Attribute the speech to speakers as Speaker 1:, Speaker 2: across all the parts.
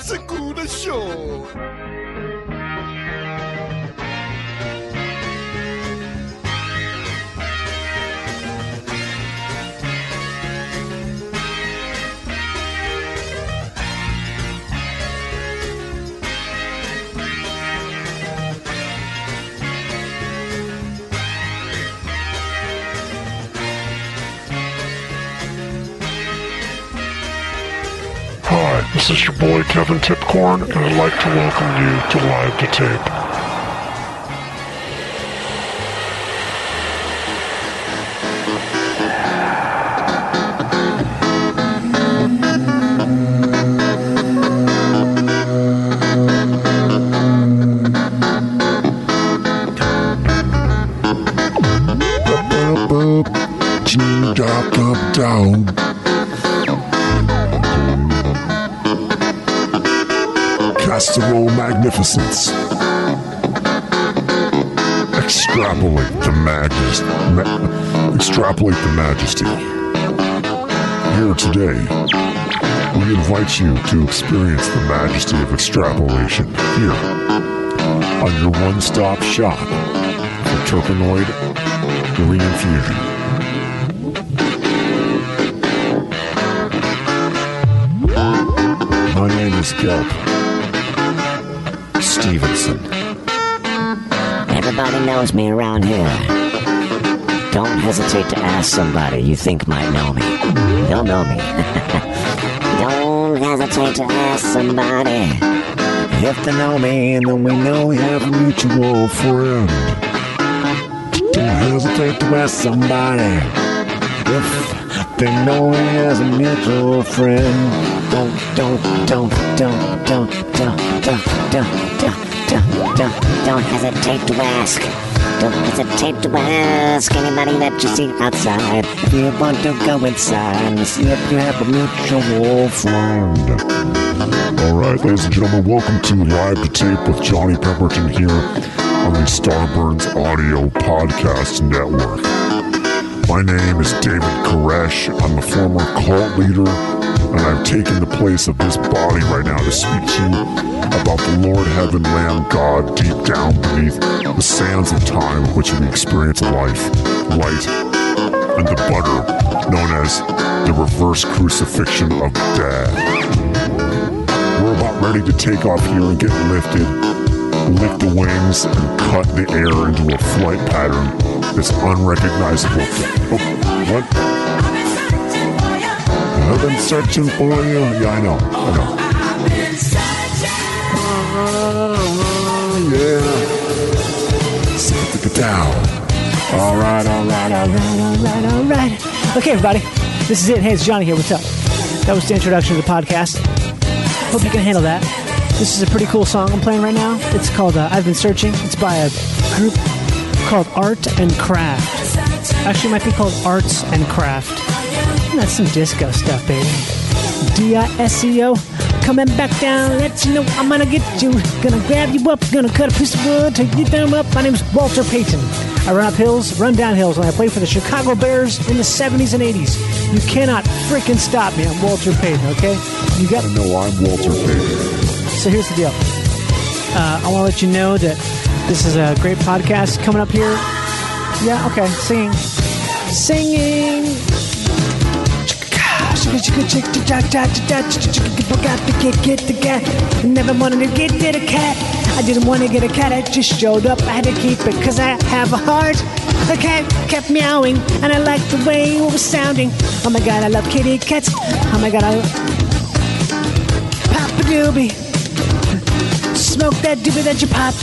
Speaker 1: Segura Show.
Speaker 2: Hi, this is your boy Kevin Tipcorn, and I'd like to welcome you to Live to Tape. Up, up, down. Casserole magnificence. Extrapolate the majesty. Ma- extrapolate the majesty. Here today, we invite you to experience the majesty of extrapolation here on your one-stop shop for terpenoid reinfusion. My name is Gelb Stevenson.
Speaker 3: Everybody knows me around here. Don't hesitate to ask somebody you think might know me. They'll know me. Don't hesitate to ask somebody.
Speaker 2: If they know me, and then we know we have a mutual friend. Don't hesitate to ask somebody if they know he has a mutual friend.
Speaker 3: Don't, don't, don't, don't, don't, don't, don't, don't, don't, don't, don't, don't hesitate to ask. Don't hesitate to ask anybody that you see outside if you want to go inside and see if you have a mutual friend.
Speaker 2: All right, ladies and gentlemen, welcome to Live to Tape with Johnny Pemberton here on the Starburns Audio Podcast Network. My name is David Koresh. I'm a former cult leader, and I've taken the place of this body right now to speak to you about the Lord Heaven Lamb God deep down beneath the sands of time in which we experience life, light, and the butter known as the reverse crucifixion of Dad. We're about ready to take off here and get lifted, lift the wings, and cut the air into a flight pattern that's unrecognizable. Oh, what? I've been searching for you. Yeah, I know. I know. Uh-huh, Yeah. Let's get down. All right, all right, all right.
Speaker 4: All right, all right. Okay, everybody. This is it. Hey, it's Johnny here. What's up? That was the introduction to the podcast. Hope you can handle that. This is a pretty cool song I'm playing right now. It's called uh, I've Been Searching. It's by a group called Art and Craft. Actually, it might be called Arts and Craft. And that's some disco stuff, baby. D-I-S-E-O. Coming back down, let you know I'm gonna get you. Gonna grab you up, gonna cut a piece of wood till you them up. My name's Walter Payton. I run up hills, run down hills, and I played for the Chicago Bears in the 70s and 80s. You cannot freaking stop me. I'm Walter Payton, okay? You got
Speaker 2: No, I'm Walter Payton.
Speaker 4: so here's the deal. Uh, I want to let you know that this is a great podcast coming up here. Yeah, okay, singing. Singing. Never wanted to get to the cat. I didn't want to get a cat. I just showed up. I had to keep it because I have a heart. The cat kept meowing, and I liked the way it was sounding. Oh my god, I love kitty cats. Oh my god, I pop a doobie. Smoke that doobie that you pop.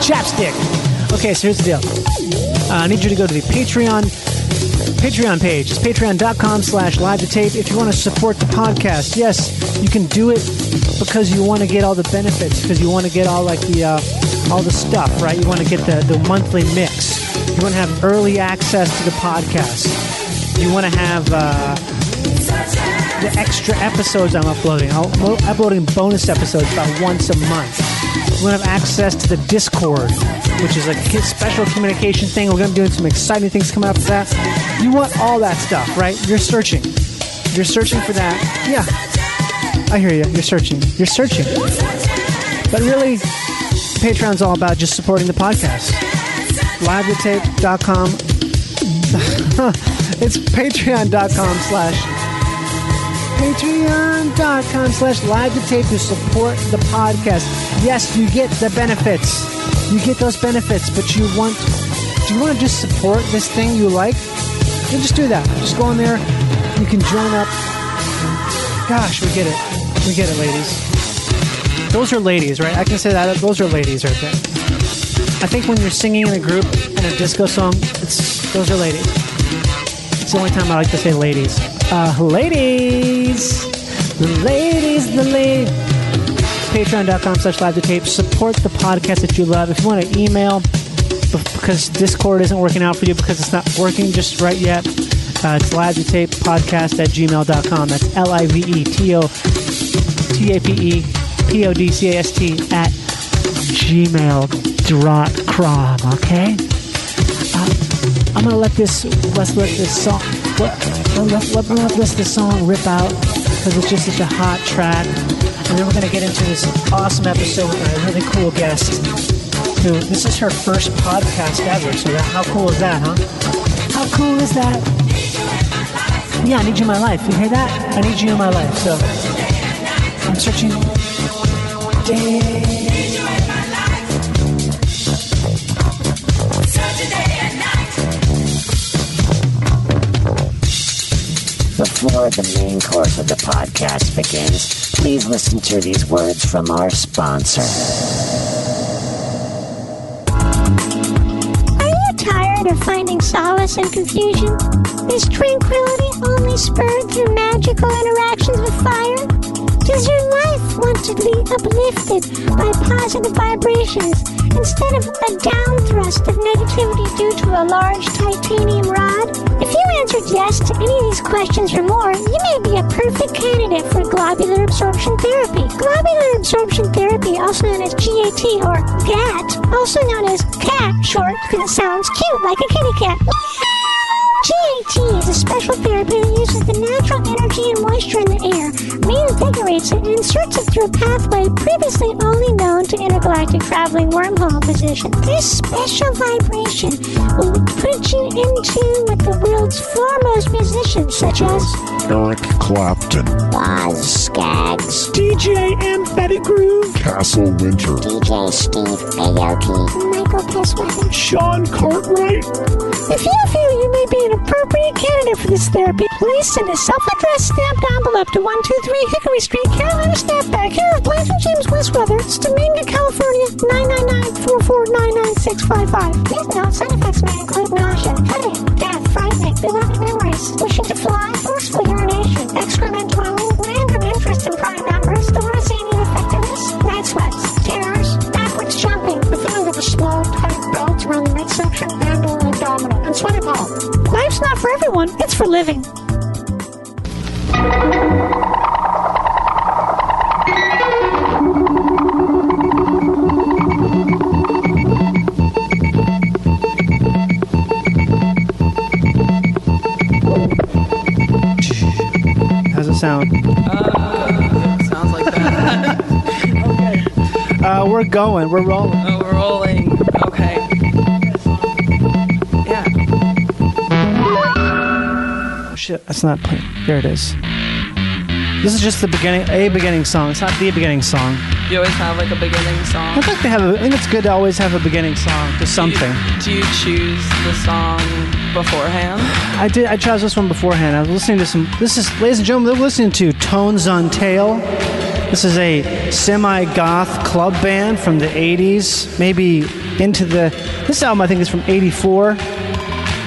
Speaker 4: Chapstick. Okay, so here's the deal. Uh, I need you to go to the Patreon Patreon page. It's patreon.com slash live to tape if you want to support the podcast. Yes, you can do it because you want to get all the benefits, because you want to get all like the uh, all the stuff, right? You want to get the, the monthly mix. You want to have early access to the podcast. You want to have uh, the extra episodes I'm uploading. I'm uploading bonus episodes about once a month. We're going to have access to the Discord, which is a ki- special communication thing. We're going to be doing some exciting things coming up for that. You want all that stuff, right? You're searching. You're searching for that. Yeah. I hear you. You're searching. You're searching. But really, Patreon's all about just supporting the podcast. LiveTheTape.com. it's patreon.com slash patreon.com slash live to tape to support the podcast yes you get the benefits you get those benefits but you want do you want to just support this thing you like then just do that just go on there you can join up gosh we get it we get it ladies those are ladies right i can say that those are ladies right there i think when you're singing in a group in a disco song it's those are ladies it's the only time I like to say ladies. Uh, ladies, the ladies, the ladies. Patreon.com slash live to tape. Support the podcast that you love. If you want to email, b- because Discord isn't working out for you because it's not working just right yet, uh, it's live to tape podcast at gmail.com. That's L I V E T O T A P E P O D C A S T at gmail.com. Okay? Uh, I'm gonna let this let's let this song let, let, let, let, let this song rip out because it's just such a hot track, and then we're gonna get into this awesome episode with a really cool guest. Who this is her first podcast ever, so that, how cool is that, huh? How cool is that? Yeah, I need you in my life. You hear that? I need you in my life. So I'm searching. Day.
Speaker 3: Before the main course of the podcast begins, please listen to these words from our sponsor.
Speaker 1: Are you tired of finding solace in confusion? Is tranquility only spurred through magical interactions with fire? Does your life want to be uplifted by positive vibrations instead of a downtrust of negativity due to a large titanium rod? If you answered yes to any of these questions or more, you may be a perfect candidate for globular absorption therapy. Globular absorption therapy, also known as GAT or GAT, also known as CAT short because it sounds cute like a kitty cat. GAT is a special therapy that uses the natural energy and moisture in the air, reinvigorates it, and inserts it through a pathway previously only known to intergalactic traveling wormhole position. This special vibration will put you into with the world's foremost musicians, such as
Speaker 2: Eric Clapton,
Speaker 3: Oz Skaggs,
Speaker 4: DJ and Betty Groove,
Speaker 2: Castle Winter,
Speaker 3: DJ Steve Aoki,
Speaker 1: Michael Pissweather.
Speaker 2: Sean Cartwright,
Speaker 1: If you feel you may be an appropriate candidate for this therapy, please send a self-addressed stamped envelope to 123 Hickory Street, Carolina Snapback, here at Blanchard James Westweather, it's Domingo, California, 999-4499655. Please note, side effects may include nausea, headache, death, frightening, beloved memories, wishing to fly, forceful urination, excrement dwelling, random interest in prime numbers, the worsening effectiveness, night sweats, terrors, backwards jumping, the feeling of a small, tight belt around the midsection, handle, and abdominal, and sweaty palm. Life's not for everyone, it's for living.
Speaker 4: How's it sound?
Speaker 5: Sounds like that.
Speaker 4: Uh, we're going. We're rolling.
Speaker 5: oh, we're rolling. Okay. Yeah.
Speaker 4: Shit, that's not playing. There it is. This is just the beginning, a beginning song. It's not the beginning song.
Speaker 5: You always have like a beginning song.
Speaker 4: I'd like to have. A, I think it's good to always have a beginning song to something.
Speaker 5: Do you, do you choose the song beforehand?
Speaker 4: I did. I chose this one beforehand. I was listening to some. This is, ladies and gentlemen, we're listening to Tones on Tail. This is a semi-goth club band from the '80s, maybe into the. This album, I think, is from '84.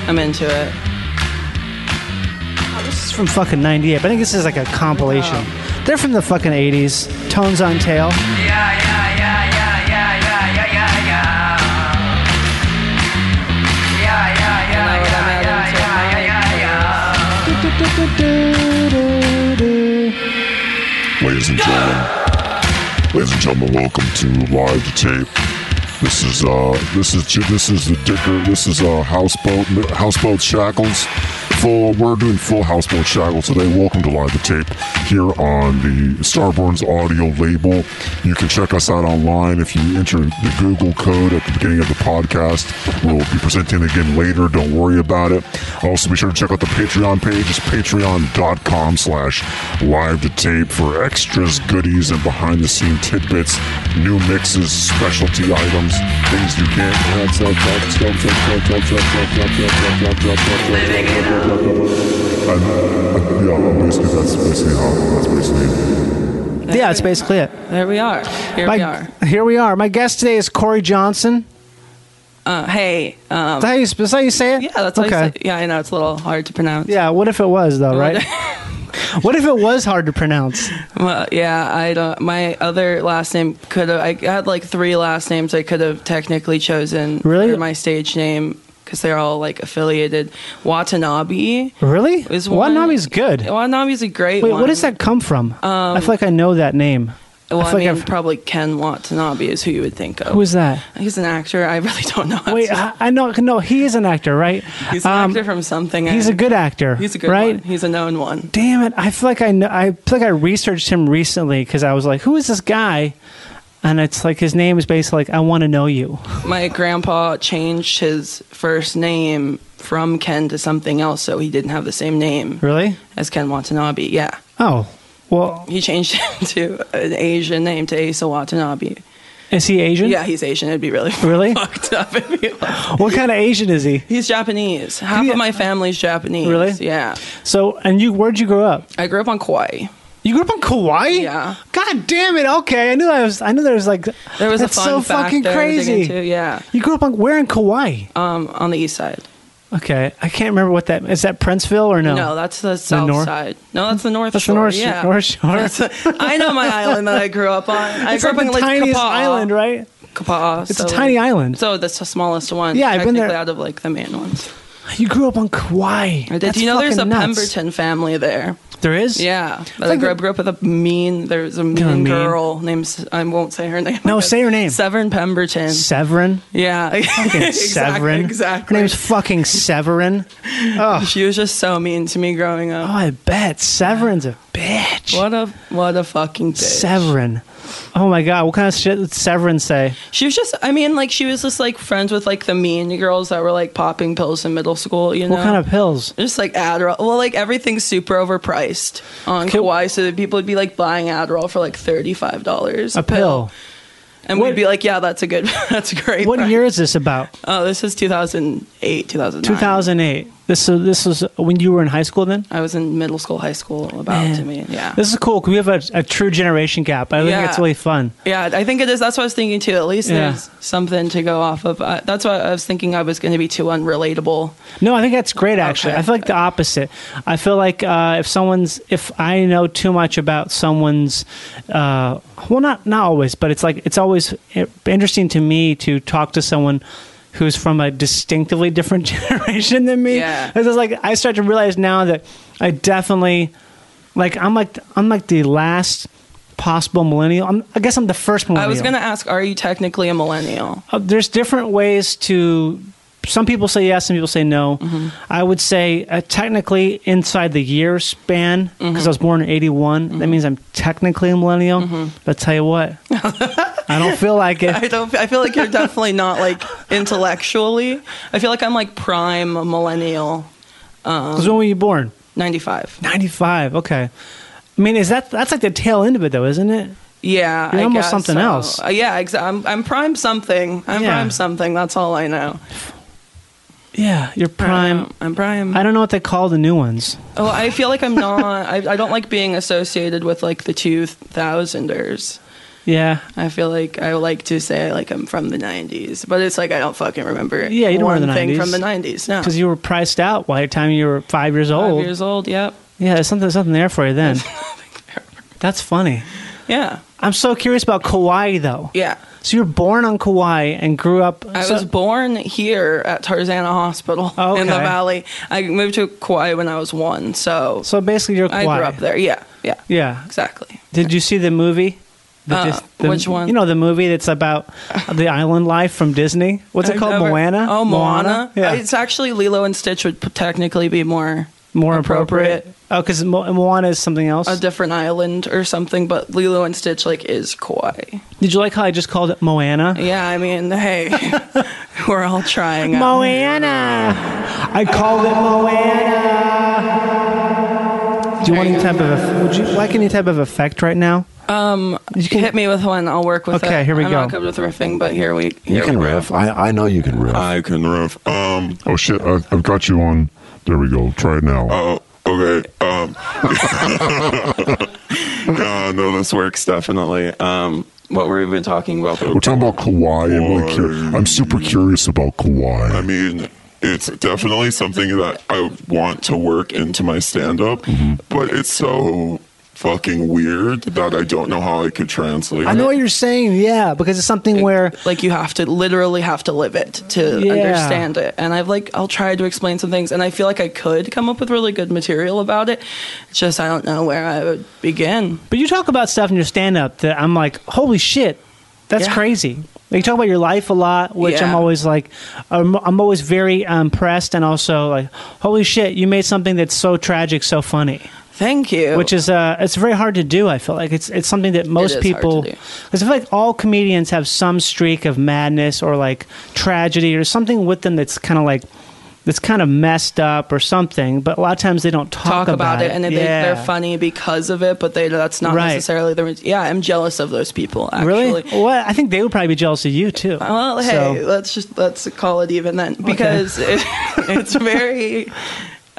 Speaker 5: I'm into it.
Speaker 4: This is from fucking '98, but I think this is like a compilation. They're from the fucking '80s. Tones on Tail.
Speaker 5: Now that I'm adding to my
Speaker 2: ladies and gentlemen. Ladies and gentlemen, welcome to live to tape. This is uh, this is this is the Dicker. This is uh, houseboat houseboat shackles. Full, we're doing full houseboat shackles today. Welcome to live to tape here on the Starborns audio label. You can check us out online if you enter the Google code at the beginning of the podcast. We'll be presenting again later. Don't worry about it. Also, be sure to check out the Patreon page. It's patreon.com slash live to tape for extras, goodies, and behind the scene tidbits, new mixes, specialty items, things you can't. And, uh, yeah, basically, that's basically how, that's basically
Speaker 4: yeah, that's basically it.
Speaker 5: There we are. Here
Speaker 4: My-
Speaker 5: we are.
Speaker 4: Here we are. My guest today is Corey Johnson.
Speaker 5: Uh, hey. Um,
Speaker 4: Is that how you, is that how you say it?
Speaker 5: yeah, that's
Speaker 4: okay.
Speaker 5: okay. Yeah, I know it's a little hard to pronounce.
Speaker 4: Yeah, what if it was though, right? what if it was hard to pronounce?
Speaker 5: Well, yeah, I don't. My other last name could have. I had like three last names I could have technically chosen.
Speaker 4: Really?
Speaker 5: For my stage name because they're all like affiliated. Watanabe
Speaker 4: Really?
Speaker 5: is one.
Speaker 4: Watanabe's good.
Speaker 5: Watanabe's a great
Speaker 4: Wait,
Speaker 5: one. Um,
Speaker 4: what does that come from? I feel like I know that name.
Speaker 5: Well, I,
Speaker 4: feel like
Speaker 5: mean,
Speaker 4: I've-
Speaker 5: probably Ken Watanabe is who you would think of.
Speaker 4: Who is that?
Speaker 5: He's an actor. I really don't know. how
Speaker 4: Wait,
Speaker 5: to-
Speaker 4: I, I know. No, he is an actor, right?
Speaker 5: he's an
Speaker 4: Um,
Speaker 5: actor from something.
Speaker 4: He's
Speaker 5: I-
Speaker 4: a good actor.
Speaker 5: He's a good
Speaker 4: right?
Speaker 5: one. He's a known one.
Speaker 4: Damn it! I feel like I know. I feel like I researched him recently because I was like, "Who is this guy?" And it's like his name is basically like, "I want to know you."
Speaker 5: My grandpa changed his first name from Ken to something else, so he didn't have the same name
Speaker 4: Really?
Speaker 5: as Ken Watanabe. Yeah,
Speaker 4: Oh, well,
Speaker 5: he changed it to an Asian name to Asa Watanabe.
Speaker 4: is he Asian?
Speaker 5: Yeah, he's Asian. It'd be really
Speaker 4: Really?
Speaker 5: fucked up. If he was.
Speaker 4: What kind of Asian is he?
Speaker 5: He's Japanese. Half
Speaker 4: Yeah.
Speaker 5: of my family's Japanese.
Speaker 4: Really?
Speaker 5: Yeah.
Speaker 4: So, and you, where'd you grow up?
Speaker 5: I grew up on Kauai.
Speaker 4: You grew up in Kauai.
Speaker 5: Yeah.
Speaker 4: God damn it! Okay, I knew I was. I knew there was like.
Speaker 5: There was
Speaker 4: that's
Speaker 5: a fun
Speaker 4: so
Speaker 5: fact
Speaker 4: fucking
Speaker 5: there to dig
Speaker 4: crazy.
Speaker 5: into, Yeah,
Speaker 4: You grew up on where in Kauai?
Speaker 5: um, on the east side.
Speaker 4: Okay, I can't remember what that is. That Princeville or no?
Speaker 5: No, that's the south
Speaker 4: north?
Speaker 5: side. No, that's the north
Speaker 4: That's the
Speaker 5: shore.
Speaker 4: North,
Speaker 5: yeah.
Speaker 4: North Shore.
Speaker 5: That's- I know my island that I grew up on. I
Speaker 4: it's
Speaker 5: grew
Speaker 4: like
Speaker 5: up
Speaker 4: the
Speaker 5: on Lake
Speaker 4: tiniest
Speaker 5: Kapaa.
Speaker 4: island, right?
Speaker 5: Kapaa.
Speaker 4: It's a tiny island.
Speaker 5: So that's the smallest one.
Speaker 4: Yeah, I've been
Speaker 5: technically
Speaker 4: there.
Speaker 5: out of like the main ones.
Speaker 4: You grew up on Kauai.
Speaker 5: I did.
Speaker 4: That's
Speaker 5: Do you know there's a
Speaker 4: fucking nuts.
Speaker 5: Pemberton family there?
Speaker 4: There is.
Speaker 5: Yeah, I
Speaker 4: like
Speaker 5: grew,
Speaker 4: the-
Speaker 5: up, grew up with a mean. There's a mean,
Speaker 4: mean.
Speaker 5: girl named. S- I won't say her name.
Speaker 4: No,
Speaker 5: but
Speaker 4: say her name.
Speaker 5: Severn Pemberton.
Speaker 4: Severin.
Speaker 5: yeah,
Speaker 4: Fucking
Speaker 5: exactly,
Speaker 4: Severin.
Speaker 5: Exactly.
Speaker 4: Her name's fucking Severin.
Speaker 5: she was just so mean to me growing
Speaker 4: Oh,
Speaker 5: up.
Speaker 4: I bet Severin's a bitch.
Speaker 5: What a what a fucking bitch.
Speaker 4: Severin. Oh my god, what kind of shit did Severin say?
Speaker 5: She was just, I mean, like, she was just like friends with like the mean girls that were like popping pills in middle school, you know?
Speaker 4: What kind of pills?
Speaker 5: Just like Adderall. Well, like, everything's super overpriced on Kauai, so that people would be like buying Adderall for like $35
Speaker 4: A pill.
Speaker 5: And
Speaker 4: What-
Speaker 5: we'd be like, yeah, that's a good, that's a great.
Speaker 4: What
Speaker 5: price.
Speaker 4: year is this about?
Speaker 5: Oh, this is 2008, 2009.
Speaker 4: 2008. This so this was when you were in high school then.
Speaker 5: I was in middle school, high school, about
Speaker 4: Man.
Speaker 5: to me. Yeah.
Speaker 4: This is cool. 'cause We have a, a true generation gap. I
Speaker 5: Yeah.
Speaker 4: think it's really fun.
Speaker 5: Yeah, I think it is. That's what I was thinking too. At least
Speaker 4: Yeah.
Speaker 5: there's something to go off of. Uh, that's why I was thinking I was going to be too unrelatable.
Speaker 4: No, I think that's great. Actually,
Speaker 5: Okay.
Speaker 4: I feel like the opposite. I feel like uh, if someone's, if I know too much about someone's, uh, well, not not always, but it's like it's always i- interesting to me to talk to someone who's from a distinctively different generation than me.
Speaker 5: Yeah.
Speaker 4: it's just like I start to realize now that I definitely, like, I'm like I'm like the last possible millennial. I'm, I guess I'm the first millennial.
Speaker 5: I was going to ask, are you technically a millennial?
Speaker 4: Uh, there's different ways to some people say yes some people say no
Speaker 5: Mm-hmm.
Speaker 4: i would say uh, technically inside the year span because i was
Speaker 5: Mm-hmm.
Speaker 4: born in 81 that means i'm technically a millennial but tell you what i don't feel like
Speaker 5: I
Speaker 4: it
Speaker 5: don't. I feel like you're definitely not like intellectually. I feel like I'm like prime millennial,
Speaker 4: because when were you born
Speaker 5: '95.
Speaker 4: 95 okay i mean is that that's like the tail end of it though isn't it
Speaker 5: Yeah,
Speaker 4: You're
Speaker 5: I
Speaker 4: almost
Speaker 5: guess
Speaker 4: something
Speaker 5: so.
Speaker 4: else.
Speaker 5: Uh, yeah, exa- I'm, I'm prime something. I'm
Speaker 4: Yeah.
Speaker 5: prime something. That's all I know.
Speaker 4: yeah you're prime
Speaker 5: I'm, I'm prime.
Speaker 4: i don't know what they call the new ones
Speaker 5: oh, I feel like I'm not. I, I don't like being associated with like the two thousanders.
Speaker 4: yeah
Speaker 5: I feel like I like to say like I'm from the '90s, but it's like I don't fucking remember.
Speaker 4: Yeah, you don't
Speaker 5: one
Speaker 4: remember the
Speaker 5: thing
Speaker 4: 90s.
Speaker 5: from the '90s. No,
Speaker 4: because you were priced out by the time you were five years
Speaker 5: five
Speaker 4: old
Speaker 5: years old. Yep.
Speaker 4: yeah there's something, something there for you then that's funny
Speaker 5: Yeah.
Speaker 4: i'm so curious about kauai though
Speaker 5: Yeah.
Speaker 4: So you were born on Kauai and grew up.
Speaker 5: I
Speaker 4: so-
Speaker 5: was born here at Tarzana Hospital
Speaker 4: Oh,
Speaker 5: in the
Speaker 4: okay.
Speaker 5: valley. I moved to Kauai when I was one, so,
Speaker 4: so basically you're
Speaker 5: I
Speaker 4: Kauai.
Speaker 5: grew up there. Yeah, yeah,
Speaker 4: Yeah.
Speaker 5: exactly.
Speaker 4: Did you see the movie? The
Speaker 5: Uh,
Speaker 4: Dis- the-
Speaker 5: which one?
Speaker 4: You know the movie that's about the island life from Disney. What's it
Speaker 5: I've
Speaker 4: called?
Speaker 5: never-
Speaker 4: Moana.
Speaker 5: Oh, Moana.
Speaker 4: Yeah,
Speaker 5: It's actually Lilo and Stitch would p- technically be more
Speaker 4: more appropriate. Oh, because Mo- Moana is something else.
Speaker 5: A different island or something, but Lilo and Stitch like is Kauai.
Speaker 4: Did you like how I just called it Moana?
Speaker 5: Yeah, I mean, hey, we're all trying. Out.
Speaker 4: Moana. I called it Moana. Do you want any type of eff- would you like any type of effect right now?
Speaker 5: You can Um, hit me with one. I'll work with it.
Speaker 4: Okay, here we
Speaker 5: I'm
Speaker 4: go.
Speaker 5: not good with riffing, but here we.
Speaker 6: You can riff. I, I know you can riff.
Speaker 7: I can riff. Um.
Speaker 2: Oh shit, I, I've got you on. There we go. Try it now.
Speaker 7: Oh. Okay. Um. no, no, this works definitely. Um. What were we even talking about?
Speaker 2: We're talking about Kauai. I'm, really cur- I'm super curious about Kauai.
Speaker 7: I mean, it's definitely something that I want to work into my stand up, but it's so fucking weird that I don't know how I could translate.
Speaker 4: I know what you're saying, yeah, because it's something where
Speaker 5: like you have to literally have to live it to
Speaker 4: Yeah.
Speaker 5: understand it and i've like i'll try to explain some things and i feel like i could come up with really good material about it it's just i don't know where i would begin
Speaker 4: but you talk about stuff in your stand up that I'm like, holy shit, that's
Speaker 5: Yeah.
Speaker 4: crazy. Like, you talk about your life a lot, which I'm
Speaker 5: Yeah.
Speaker 4: always like, I'm, I'm always very impressed and also like, holy shit, you made something that's so tragic, so funny.
Speaker 5: thank you
Speaker 4: which is uh, it's very hard to do. I feel like it's it's something that
Speaker 5: is
Speaker 4: most
Speaker 5: hard to
Speaker 4: people
Speaker 5: do.
Speaker 4: because I feel like all comedians have some streak of madness or like tragedy or something with them that's kind of like that's kind of messed up or something. But a lot of times they don't talk,
Speaker 5: talk about, it, and they,
Speaker 4: Yeah.
Speaker 5: they're funny because of it but they that's not
Speaker 4: Right.
Speaker 5: necessarily the yeah i'm jealous of those people actually
Speaker 4: Really? Well, I think they would probably be jealous of you too.
Speaker 5: Well, hey,
Speaker 4: So-
Speaker 5: let's just let's call it even then because it, it's very.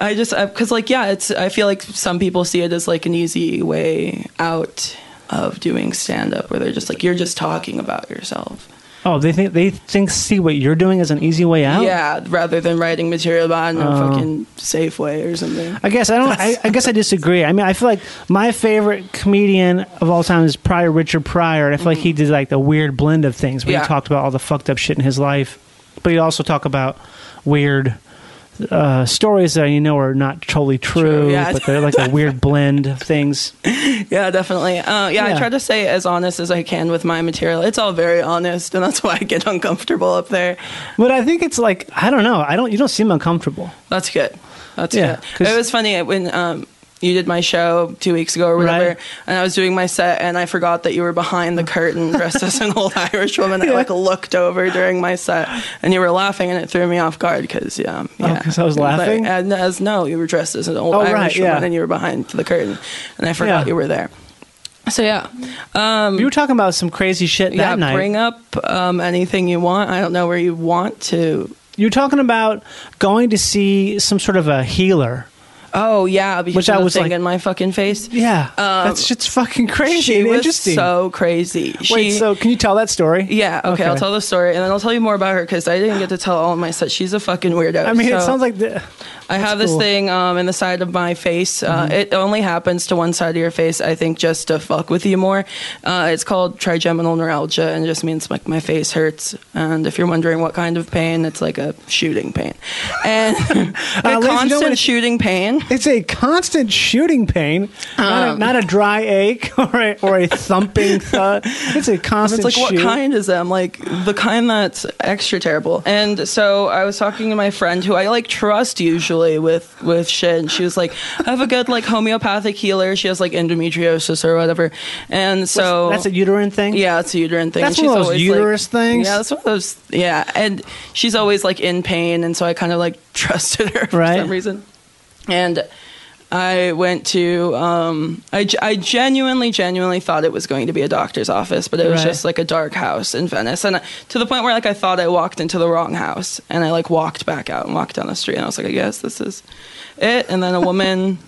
Speaker 5: I just because like yeah, it's. I feel like some people see it as like an easy way out of doing stand up, where they're just like you're just talking about yourself.
Speaker 4: oh, they think they think see what you're doing as an easy way out.
Speaker 5: Yeah, rather than writing material about it in a fucking safe way or something.
Speaker 4: Oh. I guess I don't. I, I guess I disagree. I mean, I feel like my favorite comedian of all time is probably Richard Pryor, and I feel like he did like the weird blend of things where
Speaker 5: Mm-hmm. Yeah.
Speaker 4: he talked about all the fucked up shit in his life, but he also talked about weird uh, stories that you know are not totally true,
Speaker 5: True, yeah.
Speaker 4: but they're like a weird blend of things.
Speaker 5: Yeah, definitely. Uh, yeah,
Speaker 4: Yeah.
Speaker 5: I try to stay as honest as I can with my material. It's all very honest, and that's why I get uncomfortable up there.
Speaker 4: But I think it's like I don't know. I don't. You don't seem uncomfortable.
Speaker 5: That's good. That's
Speaker 4: Yeah,
Speaker 5: good.
Speaker 4: 'cause-
Speaker 5: It was funny when um, you did my show two weeks ago or whatever,
Speaker 4: Right.
Speaker 5: and I was doing my set, and I forgot that you were behind the curtain dressed as an old Irish woman. I like looked over during my set, and you were laughing, and it threw me off guard because yeah, yeah.
Speaker 4: Oh, 'cause I was
Speaker 5: But-
Speaker 4: laughing?
Speaker 5: and as no, you were dressed as an old
Speaker 4: Oh,
Speaker 5: Irish
Speaker 4: right,
Speaker 5: woman,
Speaker 4: yeah.
Speaker 5: and you were behind the curtain, and I forgot
Speaker 4: Yeah.
Speaker 5: you were there. So yeah,
Speaker 4: you were talking about some crazy shit
Speaker 5: Um, yeah.
Speaker 4: that night.
Speaker 5: Bring up um, anything you want. I don't know where you want to.
Speaker 4: you were talking about going to see some sort of a healer.
Speaker 5: Oh yeah, because
Speaker 4: Which
Speaker 5: of
Speaker 4: I
Speaker 5: the
Speaker 4: was
Speaker 5: thing
Speaker 4: like-
Speaker 5: in my fucking face.
Speaker 4: Yeah,
Speaker 5: Um,
Speaker 4: that's just fucking crazy
Speaker 5: she
Speaker 4: and
Speaker 5: was
Speaker 4: interesting.
Speaker 5: so crazy. She,
Speaker 4: Wait, so can you tell that story?
Speaker 5: yeah, okay, I'll tell the story and then I'll tell you more about her because I didn't get to tell all of my stuff. She's a fucking weirdo.
Speaker 4: I mean, it
Speaker 5: So,
Speaker 4: sounds like the,
Speaker 5: I
Speaker 4: cool. Mm-hmm.
Speaker 5: have this thing um, in the side of my face. Uh, It only happens to one side of your face, I think, just to fuck with you more. Uh, it's called trigeminal neuralgia and it just means like my face hurts. And if you're wondering what kind of pain, it's like a shooting pain. And
Speaker 4: ladies
Speaker 5: a
Speaker 4: and gentlemen,
Speaker 5: constant shooting pain.
Speaker 4: it's a constant shooting pain, not, a,
Speaker 5: Um,
Speaker 4: not a dry ache or a, or a thumping thud. It's a constant
Speaker 5: It's like,
Speaker 4: shoot.
Speaker 5: what kind is that? I'm like, the kind that's extra terrible. And so I was talking to my friend who I like trust usually with, with shit. And she was like, I have a good like homeopathic healer. She has like endometriosis or whatever. And so
Speaker 4: That's a uterine thing.
Speaker 5: yeah, it's a uterine thing.
Speaker 4: That's
Speaker 5: And
Speaker 4: one of
Speaker 5: she's
Speaker 4: those
Speaker 5: always,
Speaker 4: uterus
Speaker 5: like,
Speaker 4: things?
Speaker 5: Yeah, that's one of those. Yeah, and she's always like in pain, and so I kind of like trusted her for
Speaker 4: Right.
Speaker 5: some reason. And I went to, um, I, ge- I genuinely, genuinely thought it was going to be a doctor's office, but it was
Speaker 4: Right.
Speaker 5: just like a dark house in Venice, and uh, to the point where like I thought I walked into the wrong house, and I like walked back out and walked down the street, and I was like, I guess this is it. And then a woman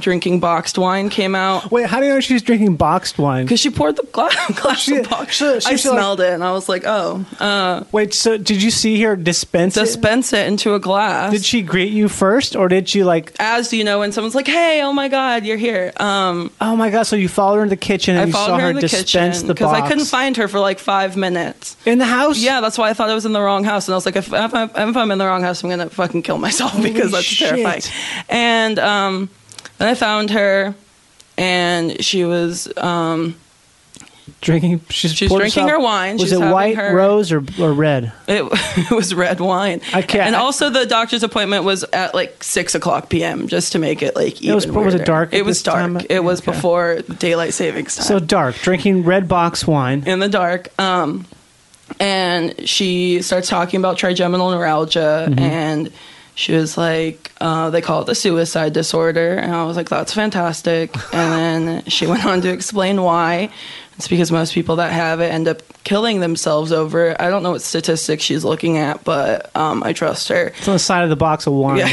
Speaker 5: drinking boxed wine came out.
Speaker 4: Wait, how do you know she's drinking boxed wine?
Speaker 5: Because she poured the glass, glass
Speaker 4: Oh, She-
Speaker 5: of box.
Speaker 4: she- she-
Speaker 5: I
Speaker 4: she, like-
Speaker 5: smelled it and I was like, oh, uh,
Speaker 4: Wait, so did you see her dispense it?
Speaker 5: dispense it into a glass.
Speaker 4: Did she greet you first, or did she like?
Speaker 5: As you know, when someone's like, hey, oh my God, you're here. Um,
Speaker 4: Oh my god! So you followed her in the kitchen and
Speaker 5: I
Speaker 4: you saw
Speaker 5: followed her in the
Speaker 4: dispense
Speaker 5: kitchen
Speaker 4: the
Speaker 5: because
Speaker 4: box
Speaker 5: I couldn't find her for like five minutes.
Speaker 4: in the house.
Speaker 5: Yeah, that's why I thought I was in the wrong house. And I was like, if, if, I'm, if I'm in the wrong house, I'm going to fucking kill myself because that's
Speaker 4: shit.
Speaker 5: terrifying. And um, then I found her, and she was. Um,
Speaker 4: drinking. She's,
Speaker 5: She's
Speaker 4: poured
Speaker 5: drinking
Speaker 4: herself-
Speaker 5: her wine.
Speaker 4: Was
Speaker 5: She's
Speaker 4: it
Speaker 5: having
Speaker 4: white,
Speaker 5: her-
Speaker 4: rose, or, or red?
Speaker 5: It, it was red wine.
Speaker 4: I can't-
Speaker 5: And
Speaker 4: I-
Speaker 5: also, the doctor's appointment was at like six o'clock p.m. Just to make it like even
Speaker 4: was- what was it,
Speaker 5: weirder.
Speaker 4: dark at
Speaker 5: It was
Speaker 4: this time?
Speaker 5: dark. It was
Speaker 4: Okay.
Speaker 5: before daylight savings time.
Speaker 4: So dark. Drinking red box wine.
Speaker 5: in the dark. Um, and she starts talking about trigeminal neuralgia, and she was like, uh, they call it the suicide disorder. And I was like, that's fantastic. And then she went on to explain why. It's because most people that have it end up killing themselves over it. I don't know what statistics she's looking at, but um, I trust her.
Speaker 4: It's on the side of the box of wine.
Speaker 5: Yeah.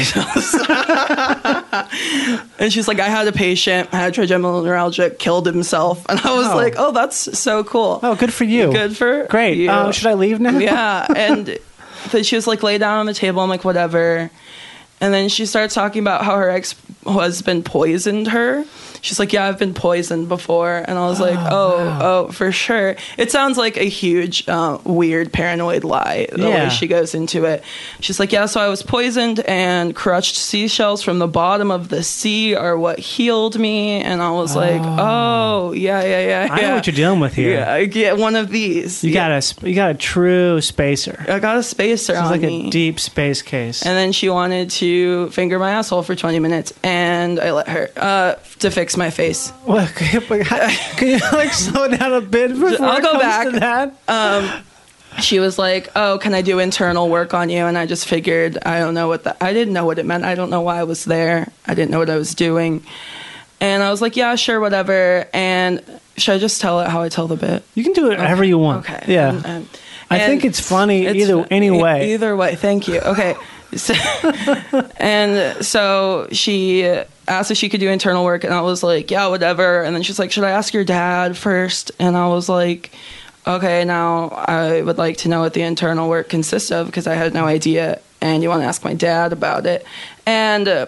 Speaker 5: and she's like, I had a patient, had trigeminal neuralgia, killed himself. And I was
Speaker 4: Oh.
Speaker 5: like, oh, that's so cool.
Speaker 4: Oh, good for you.
Speaker 5: Good for
Speaker 4: Great.
Speaker 5: you.
Speaker 4: Uh, should I leave now?
Speaker 5: yeah. And then she was like, lay down on the table. I'm like, whatever. And then she starts talking about how her ex husband poisoned her. She's like, yeah, I've been poisoned before. And I was like, oh, oh, for sure. It sounds like a huge, uh, weird, paranoid lie the
Speaker 4: Yeah.
Speaker 5: way she goes into it. She's like, yeah, so I was poisoned, and crushed seashells from the bottom of the sea are what healed me. And I was like, oh, yeah, yeah, yeah.
Speaker 4: I know
Speaker 5: yeah.
Speaker 4: what you're dealing with here.
Speaker 5: Yeah, I get one of these.
Speaker 4: You
Speaker 5: yeah.
Speaker 4: got a sp- you got a true spacer.
Speaker 5: I got a spacer
Speaker 4: It's
Speaker 5: on
Speaker 4: like
Speaker 5: me.
Speaker 4: a deep space case.
Speaker 5: and then she wanted to finger my asshole for 20 minutes, and I let her uh, to fix my face.
Speaker 4: Well, can you- can you like slow down a bit before
Speaker 5: I'll
Speaker 4: it
Speaker 5: go
Speaker 4: comes
Speaker 5: back. Uh,
Speaker 4: to that?
Speaker 5: She was like, "Oh, can I do internal work on you?" And I just figured I don't know what the I didn't know what it meant. I don't know why I was there. I didn't know what I was doing, and I was like, "Yeah, sure, whatever." And should I just tell it how I tell the bit?
Speaker 4: You can do it however you want.
Speaker 5: Okay.
Speaker 4: Yeah.
Speaker 5: Um, um,
Speaker 4: I
Speaker 5: and
Speaker 4: think it's funny either-
Speaker 5: fu-
Speaker 4: any
Speaker 5: e-
Speaker 4: way.
Speaker 5: Either way. Thank you. Okay. So, and so she asked if she could do internal work, and I was like, yeah, whatever. And then she's like, should I ask your dad first? And I was like, okay, now I would like to know what the internal work consists of because I had no idea. And you want to ask my dad about it. And uh,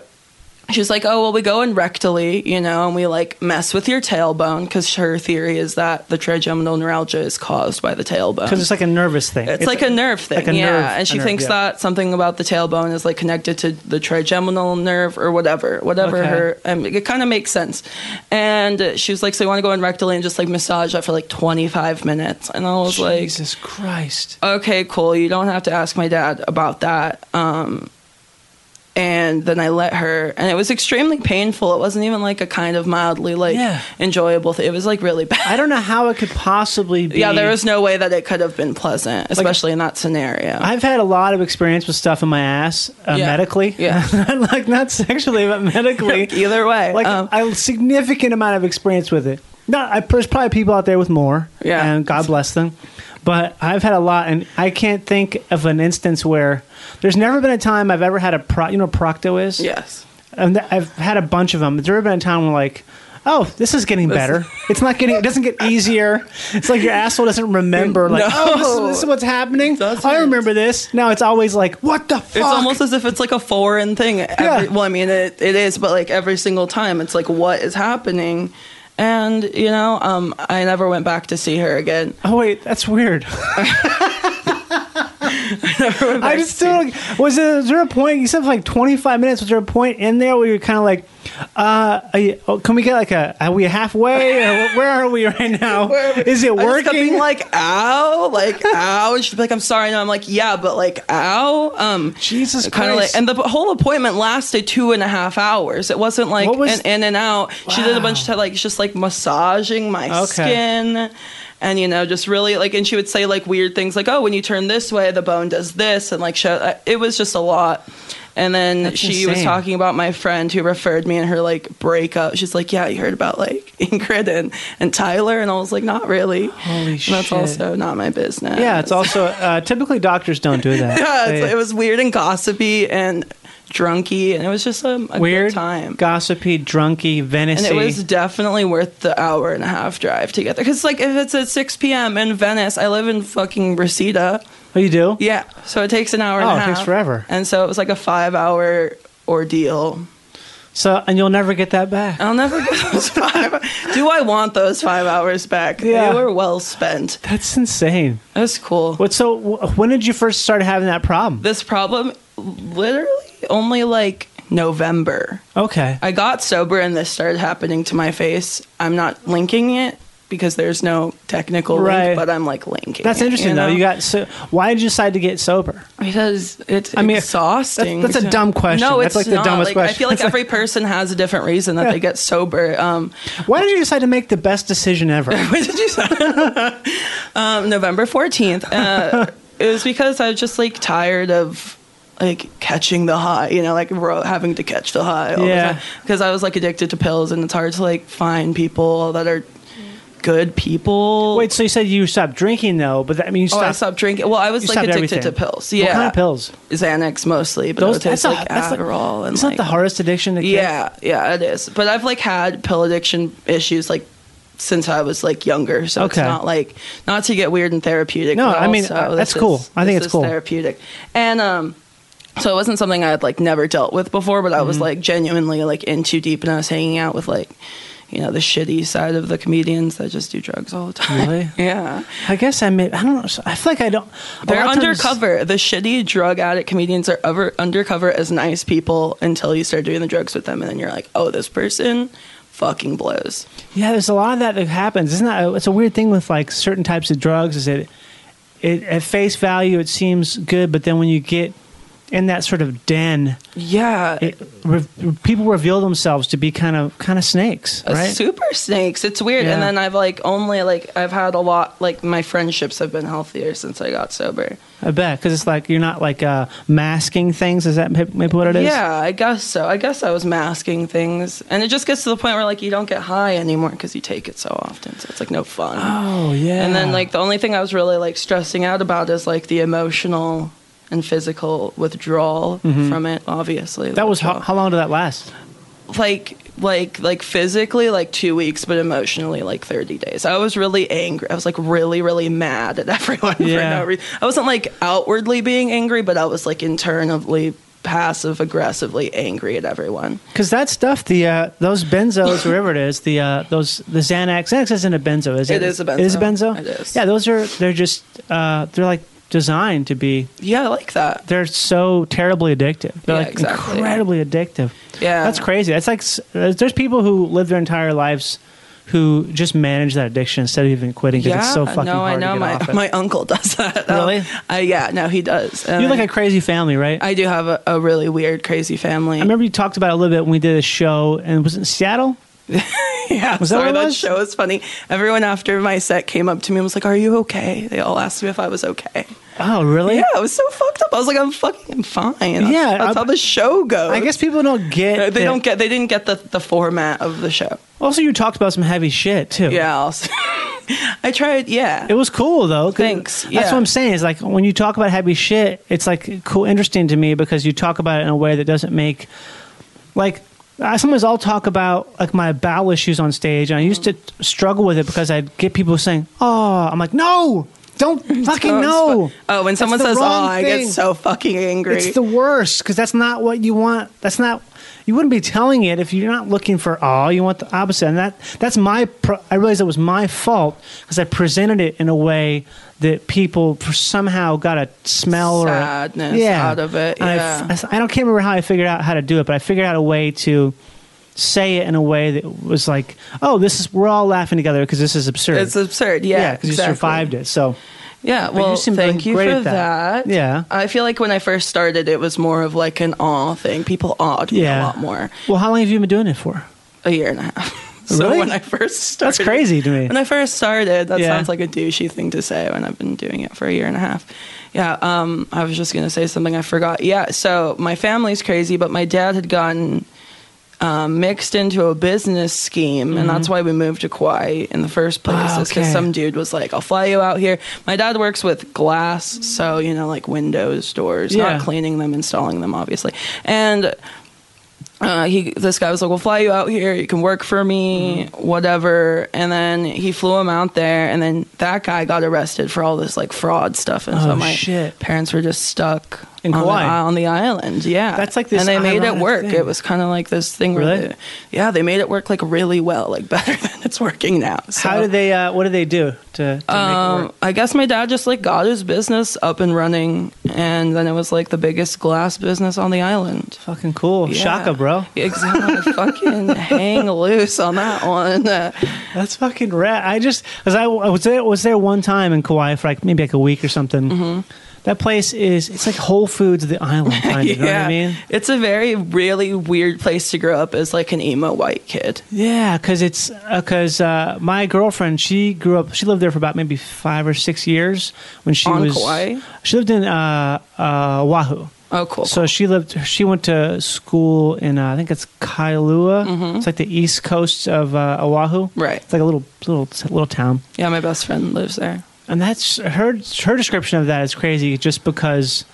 Speaker 5: she was like, "Oh well, we go in rectally, you know, and we like mess with your tailbone because her theory is that the trigeminal neuralgia is caused by the tailbone.
Speaker 4: Because it's like a nervous thing.
Speaker 5: uh, It's, like a nerve thing,
Speaker 4: like a
Speaker 5: yeah.
Speaker 4: nerve-
Speaker 5: and
Speaker 4: a
Speaker 5: she
Speaker 4: nerve,
Speaker 5: thinks
Speaker 4: yeah.
Speaker 5: that something about the tailbone is like connected to the trigeminal nerve or whatever, whatever
Speaker 4: Okay.
Speaker 5: her. Um, it kind of makes sense. And uh, she was like, "So you want to go in rectally and just like massage that for like 25 minutes?" And I was like,
Speaker 4: Jesus Christ.
Speaker 5: okay, cool. You don't have to ask my dad about that. Um, and then I let her, and it was extremely painful. It wasn't even like a kind of mildly like
Speaker 4: Yeah.
Speaker 5: enjoyable thing. It was like really bad.
Speaker 4: I don't know how it could possibly be.
Speaker 5: yeah, there was no way that it could have been pleasant, especially in that scenario.
Speaker 4: I've had a lot of experience with stuff in my ass uh,
Speaker 5: Yeah.
Speaker 4: medically.
Speaker 5: Yeah.
Speaker 4: like not sexually, but medically.
Speaker 5: Either way,
Speaker 4: like
Speaker 5: um,
Speaker 4: a significant amount of experience with it. No, I, there's probably people out there with more,
Speaker 5: Yeah.
Speaker 4: and God bless them. But I've had a lot, and I can't think of an instance where there's never been a time I've ever had a pro. You know, what Procto is.
Speaker 5: yes.
Speaker 4: And th- I've had a bunch of them. There's never been a time where like. Oh, this is getting better. It's not getting. It doesn't get easier. It's like your asshole doesn't remember. Like,
Speaker 5: No.
Speaker 4: oh, this is, this is what's happening.
Speaker 5: doesn't.
Speaker 4: I remember this. No, it's always like, what the fuck?
Speaker 5: It's almost as if it's like a foreign thing. Every,
Speaker 4: Yeah.
Speaker 5: Well, I mean, it, it is, but like every single time, it's like, what is happening? And, you know, um, I never went back to see her again.
Speaker 4: Oh wait, that's weird. I just still was there, was there a point you said like twenty five minutes? Was there a point in there where you're kind of like, uh, are you- oh, can we get like a are we halfway? Or wh- where are we right now? Is it
Speaker 5: I just kept being
Speaker 4: working?
Speaker 5: like, ow, like, ow. And she'd be like, I'm sorry. No, I'm like, yeah, but like, ow. Um,
Speaker 4: Jesus
Speaker 5: kind of like,
Speaker 4: Christ!
Speaker 5: and the whole appointment lasted two and a half hours. It wasn't like
Speaker 4: What was-
Speaker 5: an in and out. She did a bunch of like just like massaging my
Speaker 4: Okay.
Speaker 5: skin, and you know, just really like. And she would say like weird things like, "Oh, when you turn this way, the bone does this," and like show. uh, It was just a lot. And then
Speaker 4: That's
Speaker 5: she was
Speaker 4: insane.
Speaker 5: talking about my friend who referred me and her like breakup. She's like, "Yeah, you heard about like Ingrid and, and Tyler," and I was like, "Not really."
Speaker 4: Holy
Speaker 5: And That's
Speaker 4: shit.
Speaker 5: also not my business.
Speaker 4: yeah, it's also uh, typically doctors don't do that.
Speaker 5: Yeah, it's,
Speaker 4: They-
Speaker 5: it was weird and gossipy and drunky, and it was just um, a, good
Speaker 4: weird,
Speaker 5: time.
Speaker 4: gossipy, drunky, Venice.
Speaker 5: and it was definitely worth the hour and a half drive to get there. Because, like, if it's at 6 p.m. in Venice, I live in fucking Reseda.
Speaker 4: oh, you do?
Speaker 5: Yeah. So it takes an hour and
Speaker 4: Oh,
Speaker 5: a
Speaker 4: it
Speaker 5: half.
Speaker 4: takes forever.
Speaker 5: And so it was like a five hour ordeal.
Speaker 4: So and you'll never get that back.
Speaker 5: I'll never get those five. Do I want those five hours back?
Speaker 4: Yeah.
Speaker 5: They were well spent.
Speaker 4: That's insane.
Speaker 5: That's cool.
Speaker 4: What? So wh- when did you first start having that problem?
Speaker 5: This problem, literally, only like November.
Speaker 4: Okay.
Speaker 5: I got sober and this started happening to my face. I'm not linking it because there's no technical
Speaker 4: Right.
Speaker 5: link, but I'm like linking.
Speaker 4: That's
Speaker 5: it,
Speaker 4: interesting,
Speaker 5: you
Speaker 4: though.
Speaker 5: know?
Speaker 4: You got so. Why did you decide to get sober?
Speaker 5: because it's
Speaker 4: I mean,
Speaker 5: exhausting.
Speaker 4: that's- that's a dumb question.
Speaker 5: No,
Speaker 4: That's
Speaker 5: it's
Speaker 4: like the
Speaker 5: not.
Speaker 4: dumbest
Speaker 5: Like, I
Speaker 4: question.
Speaker 5: feel like
Speaker 4: That's
Speaker 5: every person has a different reason that
Speaker 4: Yeah.
Speaker 5: they get sober. Um,
Speaker 4: Why did you decide to make the best decision ever?
Speaker 5: What did you say? um, November 14th. Uh, it was because I was just like tired of like catching the high, you know, like ro- having to catch the high all
Speaker 4: Yeah.
Speaker 5: the time. Because I was like addicted to pills and it's hard to like find people that are good people.
Speaker 4: Wait, so you said you stopped drinking though, but that, I mean, you
Speaker 5: Oh,
Speaker 4: stopped.
Speaker 5: I stopped drinking. Well, I was
Speaker 4: you
Speaker 5: like
Speaker 4: stopped
Speaker 5: addicted to
Speaker 4: everything.
Speaker 5: pills. Yeah,
Speaker 4: What kind of pills?
Speaker 5: Xanax mostly, but those
Speaker 4: that's
Speaker 5: tastes like
Speaker 4: a- that's like-
Speaker 5: Adderall and
Speaker 4: It's
Speaker 5: like
Speaker 4: not the hardest addiction to get.
Speaker 5: Yeah, yeah, it is. But I've like had pill addiction issues like since I was like younger, so it's
Speaker 4: Okay.
Speaker 5: not like not to get weird and therapeutic.
Speaker 4: No,
Speaker 5: but
Speaker 4: I mean,
Speaker 5: also,
Speaker 4: uh,
Speaker 5: this
Speaker 4: that's cool.
Speaker 5: is-
Speaker 4: I think it's
Speaker 5: this is
Speaker 4: cool.
Speaker 5: therapeutic, and um, so it wasn't something I had like never dealt with before, but I
Speaker 4: Mm-hmm.
Speaker 5: was like genuinely like in too deep, and I was hanging out with like. You know the shitty side of the comedians that just do drugs all the time.
Speaker 4: Really?
Speaker 5: Yeah,
Speaker 4: I guess I may. I don't know. I feel like I don't. a
Speaker 5: they're
Speaker 4: lot of times-
Speaker 5: undercover. The shitty drug addict comedians are over, undercover as nice people until you start doing the drugs with them, and then you're like, oh, this person fucking blows.
Speaker 4: Yeah, there's a lot of that that happens. Isn't that? It's a weird thing with like certain types of drugs. Is it? It at face value it seems good, but then when you get in that sort of den,
Speaker 5: Yeah.
Speaker 4: it, re, people reveal themselves to be kind of kind of snakes,
Speaker 5: uh,
Speaker 4: right?
Speaker 5: Super snakes. It's weird. And
Speaker 4: Yeah.
Speaker 5: then I've like only like I've had a lot like my friendships have been healthier since I got sober.
Speaker 4: I bet because it's like you're not like uh, masking things. Is that maybe maybe what it is?
Speaker 5: Yeah, I guess so. I guess I was masking things, and it just gets to the point where like you don't get high anymore because you take it so often, so it's like no fun.
Speaker 4: Oh yeah.
Speaker 5: And then like the only thing I was really like stressing out about is like the emotional and physical withdrawal from it. Obviously, the
Speaker 4: Mm-hmm. that was how,
Speaker 5: withdrawal.
Speaker 4: how long did that last?
Speaker 5: like like like physically like two weeks, but emotionally like thirty days. I was really angry. I was like really really mad at everyone
Speaker 4: Yeah.
Speaker 5: for no reason. I wasn't like outwardly being angry, but I was like internally passive aggressively angry at everyone.
Speaker 4: Because that stuff, the uh, those benzos, whatever it is, the uh, those the Xanax. Xanax isn't a benzo, is it?
Speaker 5: It is a
Speaker 4: It is a
Speaker 5: benzo.
Speaker 4: benzo.
Speaker 5: It is.
Speaker 4: Yeah, those are they're just uh, they're like designed to be.
Speaker 5: Yeah, I like that.
Speaker 4: They're so terribly addictive. They're
Speaker 5: Yeah,
Speaker 4: like
Speaker 5: exactly.
Speaker 4: incredibly addictive.
Speaker 5: Yeah.
Speaker 4: that's crazy. That's like s- uh, there's people who live their entire lives who just manage that addiction instead of even quitting because
Speaker 5: yeah,
Speaker 4: it's so fucking
Speaker 5: no,
Speaker 4: hard
Speaker 5: I know
Speaker 4: to get
Speaker 5: my
Speaker 4: off it.
Speaker 5: my uncle does that. Um,
Speaker 4: Really?
Speaker 5: uh, yeah, no, he does. And
Speaker 4: You're like
Speaker 5: I-
Speaker 4: a crazy family, right?
Speaker 5: I do have a, a really weird, crazy family.
Speaker 4: I remember you talked about it a little bit when we did a show, and was it in Seattle?
Speaker 5: yeah,
Speaker 4: Was that
Speaker 5: sorry,
Speaker 4: what it
Speaker 5: that
Speaker 4: was?
Speaker 5: show is funny. Everyone after my set came up to me and was like, "Are you okay?" They all asked me if I was okay.
Speaker 4: Oh, really?
Speaker 5: Yeah, I was so fucked up. I was like, "I'm fucking I'm fine." That's-
Speaker 4: Yeah,
Speaker 5: that's
Speaker 4: I-
Speaker 5: how the show goes.
Speaker 4: I guess people don't get.
Speaker 5: Uh, they, they
Speaker 4: that-
Speaker 5: don't get. They didn't get the the format of the show.
Speaker 4: Also, you talked about some heavy shit too.
Speaker 5: Yeah, I'll s- I tried. Yeah,
Speaker 4: It was cool though. 'cause
Speaker 5: Thanks,
Speaker 4: That's
Speaker 5: yeah.
Speaker 4: what I'm saying. Is like when you talk about heavy shit, it's like cool, interesting to me because you talk about it in a way that doesn't make like. I, sometimes I'll talk about like my bowel issues on stage, and I used to t- struggle with it because I'd get people saying, "Oh," I'm like, "No, don't fucking
Speaker 5: Oh, it's
Speaker 4: no."
Speaker 5: fu- Oh, when
Speaker 4: That's
Speaker 5: someone
Speaker 4: the
Speaker 5: says, "Oh,"
Speaker 4: wrong
Speaker 5: I
Speaker 4: thing."
Speaker 5: get so fucking angry.
Speaker 4: It's the worst because that's not what you want. That's not you wouldn't be telling it if you're not looking for all. You want the opposite, and that that's my. Pro- I realized it was my fault because I presented it in a way that people pr- somehow got a smell or
Speaker 5: Sadness
Speaker 4: a, yeah.
Speaker 5: out of it,
Speaker 4: And I
Speaker 5: yeah.
Speaker 4: f- I, s- I don't can't remember how I figured out how to do it, but I figured out a way to. Say it in a way that was like, "Oh, this is we're all laughing together because this is absurd."
Speaker 5: It's absurd. Yeah,
Speaker 4: yeah, because
Speaker 5: exactly.
Speaker 4: you survived it. So
Speaker 5: Yeah,
Speaker 4: you
Speaker 5: well,
Speaker 4: seem
Speaker 5: thank
Speaker 4: really
Speaker 5: you
Speaker 4: great
Speaker 5: for
Speaker 4: at that.
Speaker 5: that.
Speaker 4: Yeah.
Speaker 5: I feel like when I first started, it was more of like an awe thing. People awed me
Speaker 4: yeah,
Speaker 5: a lot more.
Speaker 4: Well, how long have you been doing it for?
Speaker 5: A year and a half. so
Speaker 4: Really?
Speaker 5: when I first started,
Speaker 4: That's crazy to me.
Speaker 5: When I first started, that
Speaker 4: Yeah.
Speaker 5: sounds like a douchey thing to say. When I've been doing it for a year and a half. Yeah, um, I was just gonna say something I forgot. Yeah, so my family's crazy, but my dad had gotten um, mixed into a business scheme, and that's why we moved to Kauai in the first place.
Speaker 4: Mm-hmm. Ah,
Speaker 5: Because
Speaker 4: okay.
Speaker 5: some dude was like, "I'll fly you out here." My dad works with glass, so you know, like windows, doors,
Speaker 4: Yeah.
Speaker 5: not cleaning them, installing them, obviously. And uh, he, this guy was like, "We'll fly you out here. You can work for me,
Speaker 4: Mm-hmm.
Speaker 5: whatever." And then he flew him out there, and then that guy got arrested for all this like fraud stuff, and
Speaker 4: Oh,
Speaker 5: so my
Speaker 4: shit.
Speaker 5: parents were just stuck
Speaker 4: In
Speaker 5: on, the,
Speaker 4: Kauai.
Speaker 5: on the island. Yeah,
Speaker 4: That's like this
Speaker 5: and they made it
Speaker 4: ironic
Speaker 5: work.
Speaker 4: thing.
Speaker 5: It was kind of like this thing where,
Speaker 4: Really?
Speaker 5: they, yeah, they made it work like really well, like better than it's working now. So,
Speaker 4: How do they? Uh, what do they do to, to make it work?
Speaker 5: Um, I guess my dad just like got his business up and running, and and then it was like the biggest glass business on the island.
Speaker 4: Fucking cool.
Speaker 5: Yeah.
Speaker 4: Shaka, bro.
Speaker 5: Exactly. Fucking hang loose on that one. Uh,
Speaker 4: That's fucking rad. I just because I, I was there, was there one time in Kauai for like maybe like a week or something.
Speaker 5: Mm-hmm.
Speaker 4: That place is it's like Whole Foods of the island, kind of. You know what I mean?
Speaker 5: It's a very really weird place to grow up as like an emo white kid.
Speaker 4: Yeah, because it's because uh, my girlfriend she grew up she lived there for about maybe five or six years when she
Speaker 5: On
Speaker 4: was
Speaker 5: Kauai?
Speaker 4: she lived in uh, uh, Oahu.
Speaker 5: Oh, cool.
Speaker 4: So she lived. She went to school in uh, I think it's Kailua. It's like the east coast of uh, Oahu.
Speaker 5: Mm-hmm. Right.
Speaker 4: It's like a little little little town.
Speaker 5: yeah, my best friend lives there.
Speaker 4: And that's her her description of that is crazy, just because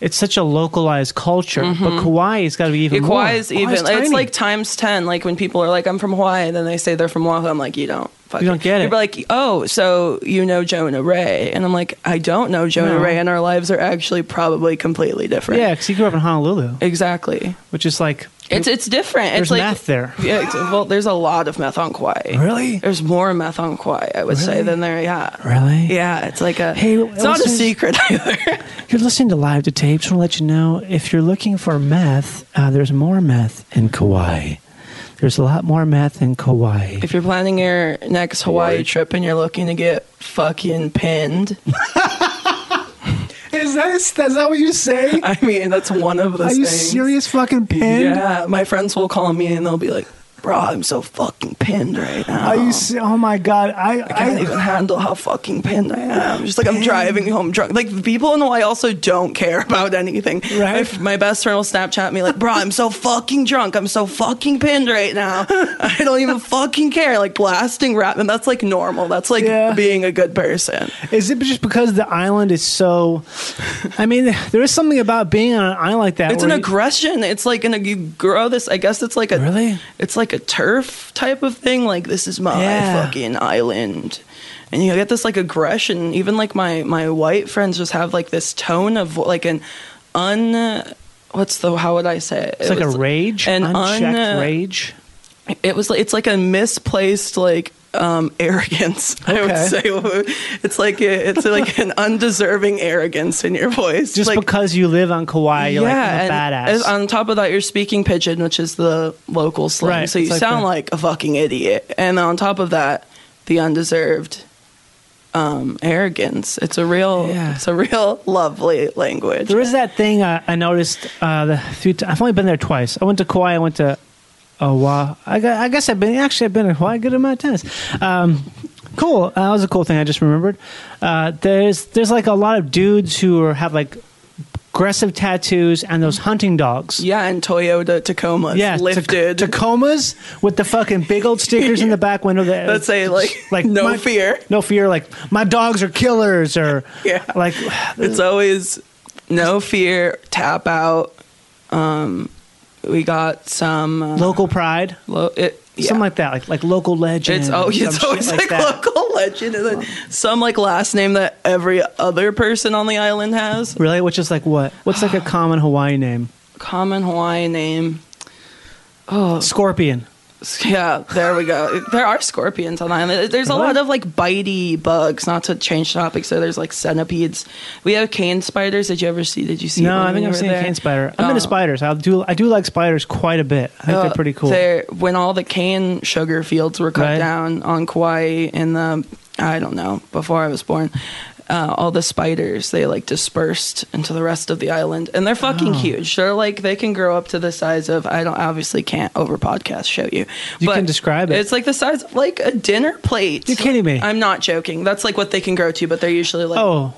Speaker 4: it's such a localized culture. But Kauai's got to be even
Speaker 5: Mm-hmm. Yeah,
Speaker 4: more.
Speaker 5: Kauai is even.
Speaker 4: Kauai's
Speaker 5: It's
Speaker 4: tiny.
Speaker 5: like times ten. Like when people are like, "I'm from Hawaii," and then they say they're from Oahu. I'm like, "You don't." Fucking.
Speaker 4: You don't get it.
Speaker 5: People are like, "Oh, so you know Jonah Ray?" And I'm like, "I don't know Jonah
Speaker 4: No.
Speaker 5: Ray," and our lives are actually probably completely different.
Speaker 4: yeah, because he grew up in Honolulu,
Speaker 5: exactly.
Speaker 4: which is like
Speaker 5: It's it's different.
Speaker 4: there's
Speaker 5: it's like
Speaker 4: meth there.
Speaker 5: Yeah, it's- well, there's a lot of meth on Kauai.
Speaker 4: Really?
Speaker 5: There's more meth on Kauai, I would say,
Speaker 4: Really?
Speaker 5: than there. Yeah.
Speaker 4: Really?
Speaker 5: Yeah, it's like a.
Speaker 4: Hey,
Speaker 5: it's not a
Speaker 4: listeners-
Speaker 5: secret either.
Speaker 4: If you're listening to live to tape, just want to let you know if you're looking for meth, uh, there's more meth in Kauai. There's a lot more meth in Kauai.
Speaker 5: if you're planning your next Hawaii trip and you're looking to get fucking pinned,
Speaker 4: Is that is that what you say?
Speaker 5: I mean, that's one of the things.
Speaker 4: fucking
Speaker 5: Yeah, my friends will call me and they'll be like, bro, I'm so fucking pinned right now.
Speaker 4: Oh my god!
Speaker 5: I can't even handle how fucking pinned I am. Just like I'm driving home drunk. Like the people in Hawaii also don't care about anything.
Speaker 4: Right.
Speaker 5: If my best friend will Snapchat me like, "Bro, I'm so fucking drunk. I'm so fucking pinned right now. I don't even fucking care." Like blasting rap, and that's like normal. That's like
Speaker 4: Yeah.
Speaker 5: being a good person.
Speaker 4: Is it just because the island is so? I mean, there is something about being on an island like that.
Speaker 5: It's an
Speaker 4: where you-
Speaker 5: aggression. It's like an you grow this. I guess it's like a
Speaker 4: Really?
Speaker 5: It's like a turf type of thing. Like this is my
Speaker 4: Yeah.
Speaker 5: fucking island, and you get this like aggression. Even like my my white friends just have like this tone of vo- like an un. What's the how would I say? It?
Speaker 4: It's uh, like a rage,
Speaker 5: an
Speaker 4: unchecked
Speaker 5: un-
Speaker 4: rage.
Speaker 5: It was like it's like a misplaced like um arrogance. I would
Speaker 4: Okay.
Speaker 5: say it's like a, it's like an undeserving arrogance in your voice.
Speaker 4: Just
Speaker 5: like,
Speaker 4: because you live on Kauai, you're like I'm a
Speaker 5: and
Speaker 4: badass.
Speaker 5: On top of that, you're speaking pidgin, which is the local slang.
Speaker 4: Right,
Speaker 5: So
Speaker 4: it's
Speaker 5: you
Speaker 4: like
Speaker 5: sound
Speaker 4: the-
Speaker 5: like a fucking idiot. And on top of that, the undeserved um, arrogance. It's a real,
Speaker 4: Yeah.
Speaker 5: it's a real lovely language.
Speaker 4: there is that thing uh, I noticed. Uh, the few t- I've only been there twice. I went to Kauai. I went to Oahu. I, gu- I guess I've been actually I've been to Hawaii a good amount of times. Um, cool. Uh, that was a cool thing I just remembered. Uh, there's there's like a lot of dudes who are, have like aggressive tattoos and those hunting dogs.
Speaker 5: yeah, and Toyota Tacoma's
Speaker 4: yeah, Tac-
Speaker 5: lifted.
Speaker 4: Tacomas with the fucking big old stickers in the back window that
Speaker 5: That say, like, "No
Speaker 4: my-
Speaker 5: fear."
Speaker 4: no fear, like my dogs are killers or
Speaker 5: Yeah.
Speaker 4: like
Speaker 5: it's always no fear, tap out. Um, we got some uh,
Speaker 4: local pride,
Speaker 5: lo- it, yeah.
Speaker 4: something like that, like like local legend.
Speaker 5: It's oh,
Speaker 4: some
Speaker 5: it's
Speaker 4: shit
Speaker 5: always like,
Speaker 4: that.
Speaker 5: local legend, and then some like last name that every other person on the island has.
Speaker 4: Really, which is like what? What's like a common Hawaii name?
Speaker 5: Common Hawaiian name. Oh.
Speaker 4: Scorpion.
Speaker 5: Yeah, there we go. there are scorpions on the island. There's a
Speaker 4: Really?
Speaker 5: lot of like bitey bugs. Not to change topics, so there's like centipedes. We have cane spiders. Did you ever see? Did you see?
Speaker 4: No,
Speaker 5: one
Speaker 4: I
Speaker 5: when
Speaker 4: think
Speaker 5: you
Speaker 4: I've
Speaker 5: were
Speaker 4: seen
Speaker 5: there?
Speaker 4: a cane spider. I'm into
Speaker 5: Oh.
Speaker 4: spiders. I do I do like spiders quite a bit. I think they're
Speaker 5: Uh,
Speaker 4: pretty cool.
Speaker 5: There, when all the cane sugar fields were cut
Speaker 4: Right.
Speaker 5: down on Kauai in the, I don't know, before I was born, uh, all the spiders they like dispersed into the rest of the island, and they're
Speaker 4: Oh.
Speaker 5: fucking huge. They're like they can grow up to the size of I don't obviously can't over podcast show you.
Speaker 4: You can describe it.
Speaker 5: It's like the size of like a dinner plate.
Speaker 4: You're kidding me.
Speaker 5: I'm not joking. That's like what they can grow to, but they're usually like
Speaker 4: oh,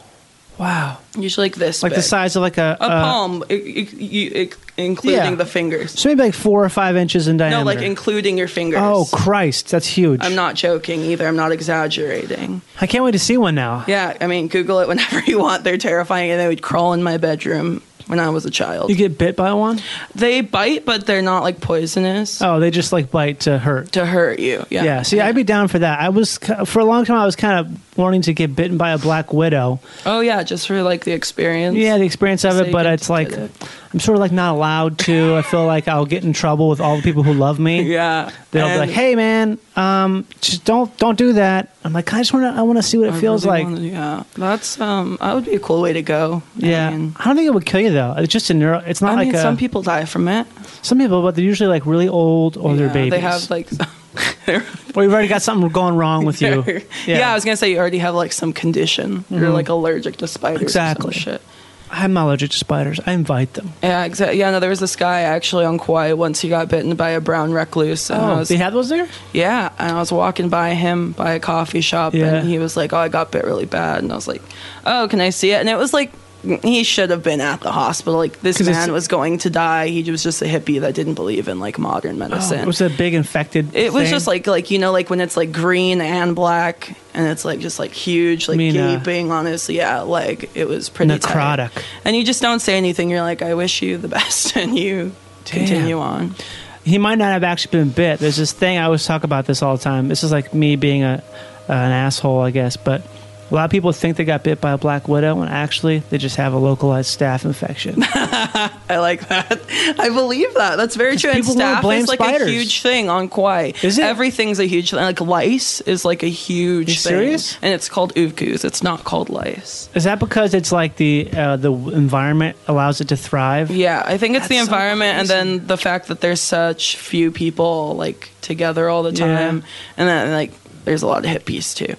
Speaker 4: wow!
Speaker 5: usually like this,
Speaker 4: Like the
Speaker 5: big.
Speaker 4: size of like a,
Speaker 5: a
Speaker 4: uh,
Speaker 5: palm, i- i- you- i- including
Speaker 4: Yeah.
Speaker 5: the fingers.
Speaker 4: So maybe like four or five inches in diameter.
Speaker 5: No, like including your fingers.
Speaker 4: Oh Christ, that's huge!
Speaker 5: I'm not joking either. I'm not exaggerating.
Speaker 4: I can't wait to see one now.
Speaker 5: Yeah, I mean, Google it whenever you want. They're terrifying, and they would crawl in my bedroom when I was a child.
Speaker 4: You get bit by one?
Speaker 5: they bite, but they're not like poisonous
Speaker 4: Oh, they just like bite to hurt.
Speaker 5: to hurt you. Yeah.
Speaker 4: Yeah. See, I'd be down for that. I was ki- for a long time. I was kind of wanting to get bitten by a black widow.
Speaker 5: Oh yeah, just for like the experience.
Speaker 4: Yeah, the experience of
Speaker 5: So
Speaker 4: it,
Speaker 5: you
Speaker 4: but
Speaker 5: get
Speaker 4: it's
Speaker 5: to
Speaker 4: like
Speaker 5: do it.
Speaker 4: I'm sort of like not allowed to. I feel like I'll get in trouble with all the people who love me.
Speaker 5: yeah.
Speaker 4: They'll be
Speaker 5: And
Speaker 4: like, "Hey, man, um, just don't don't do that." I'm like, I just want to. I want to see what it
Speaker 5: I
Speaker 4: feels
Speaker 5: really
Speaker 4: like.
Speaker 5: wanna- yeah, that's um, that would be a cool way to go. I
Speaker 4: yeah,
Speaker 5: mean,
Speaker 4: I don't think it would kill you though. It's just a neuro. It's
Speaker 5: I
Speaker 4: not like
Speaker 5: mean,
Speaker 4: a,
Speaker 5: some people die from it.
Speaker 4: some people, but they're usually like really old or
Speaker 5: Yeah,
Speaker 4: Oh, they're babies.
Speaker 5: They have like. they're-
Speaker 4: or you've already got something going wrong with you. Mm-hmm.
Speaker 5: yeah. I was gonna say you already have like some condition. You're like allergic to spiders. or some
Speaker 4: Exactly.
Speaker 5: shit.
Speaker 4: I'm allergic to spiders. I invite them.
Speaker 5: Yeah, exactly. Yeah, no, there was this guy actually on Kauai once he got bitten by a brown recluse. And I
Speaker 4: Oh,
Speaker 5: was,
Speaker 4: they had those there.
Speaker 5: yeah, and I was walking by him by a coffee shop,
Speaker 4: Yeah.
Speaker 5: and he was like, "Oh, I got bit really bad," and I was like, "Oh, can I see it?" And it was like. He should have been at the hospital. Like this
Speaker 4: 'Cause it's-
Speaker 5: man was going to die. He was just a hippie that didn't believe in like modern medicine.
Speaker 4: Oh, it was a big infected.
Speaker 5: It was
Speaker 4: thing.
Speaker 5: just like like you know like when it's like green and black and it's like just like huge like
Speaker 4: mean, uh,
Speaker 5: gaping on his yeah leg. It was pretty tight.
Speaker 4: Necrotic.
Speaker 5: And you just don't say anything. You're like, I wish you the best, and you continue on.
Speaker 4: he might not have actually been bit. There's this thing I always talk about this all the time. This is like me being a an asshole, I guess. But a lot of people think they got bit by a black widow, and actually they just have a localized staph infection.
Speaker 5: I like that. I believe that. That's very true. And
Speaker 4: people wanna
Speaker 5: staff
Speaker 4: blame
Speaker 5: is like
Speaker 4: spiders.
Speaker 5: a huge thing on Kauai.
Speaker 4: Is it?
Speaker 5: Everything's a huge thing. Like lice is like a huge
Speaker 4: You
Speaker 5: thing.
Speaker 4: serious?
Speaker 5: And it's called uvkus. It's not called lice.
Speaker 4: is that because it's like the uh, the environment allows it to thrive?
Speaker 5: Yeah, I think it's the
Speaker 4: That's so
Speaker 5: environment and
Speaker 4: crazy.
Speaker 5: then the fact that there's such few people like together all the
Speaker 4: Yeah.
Speaker 5: time. And then like there's a lot of hippies too.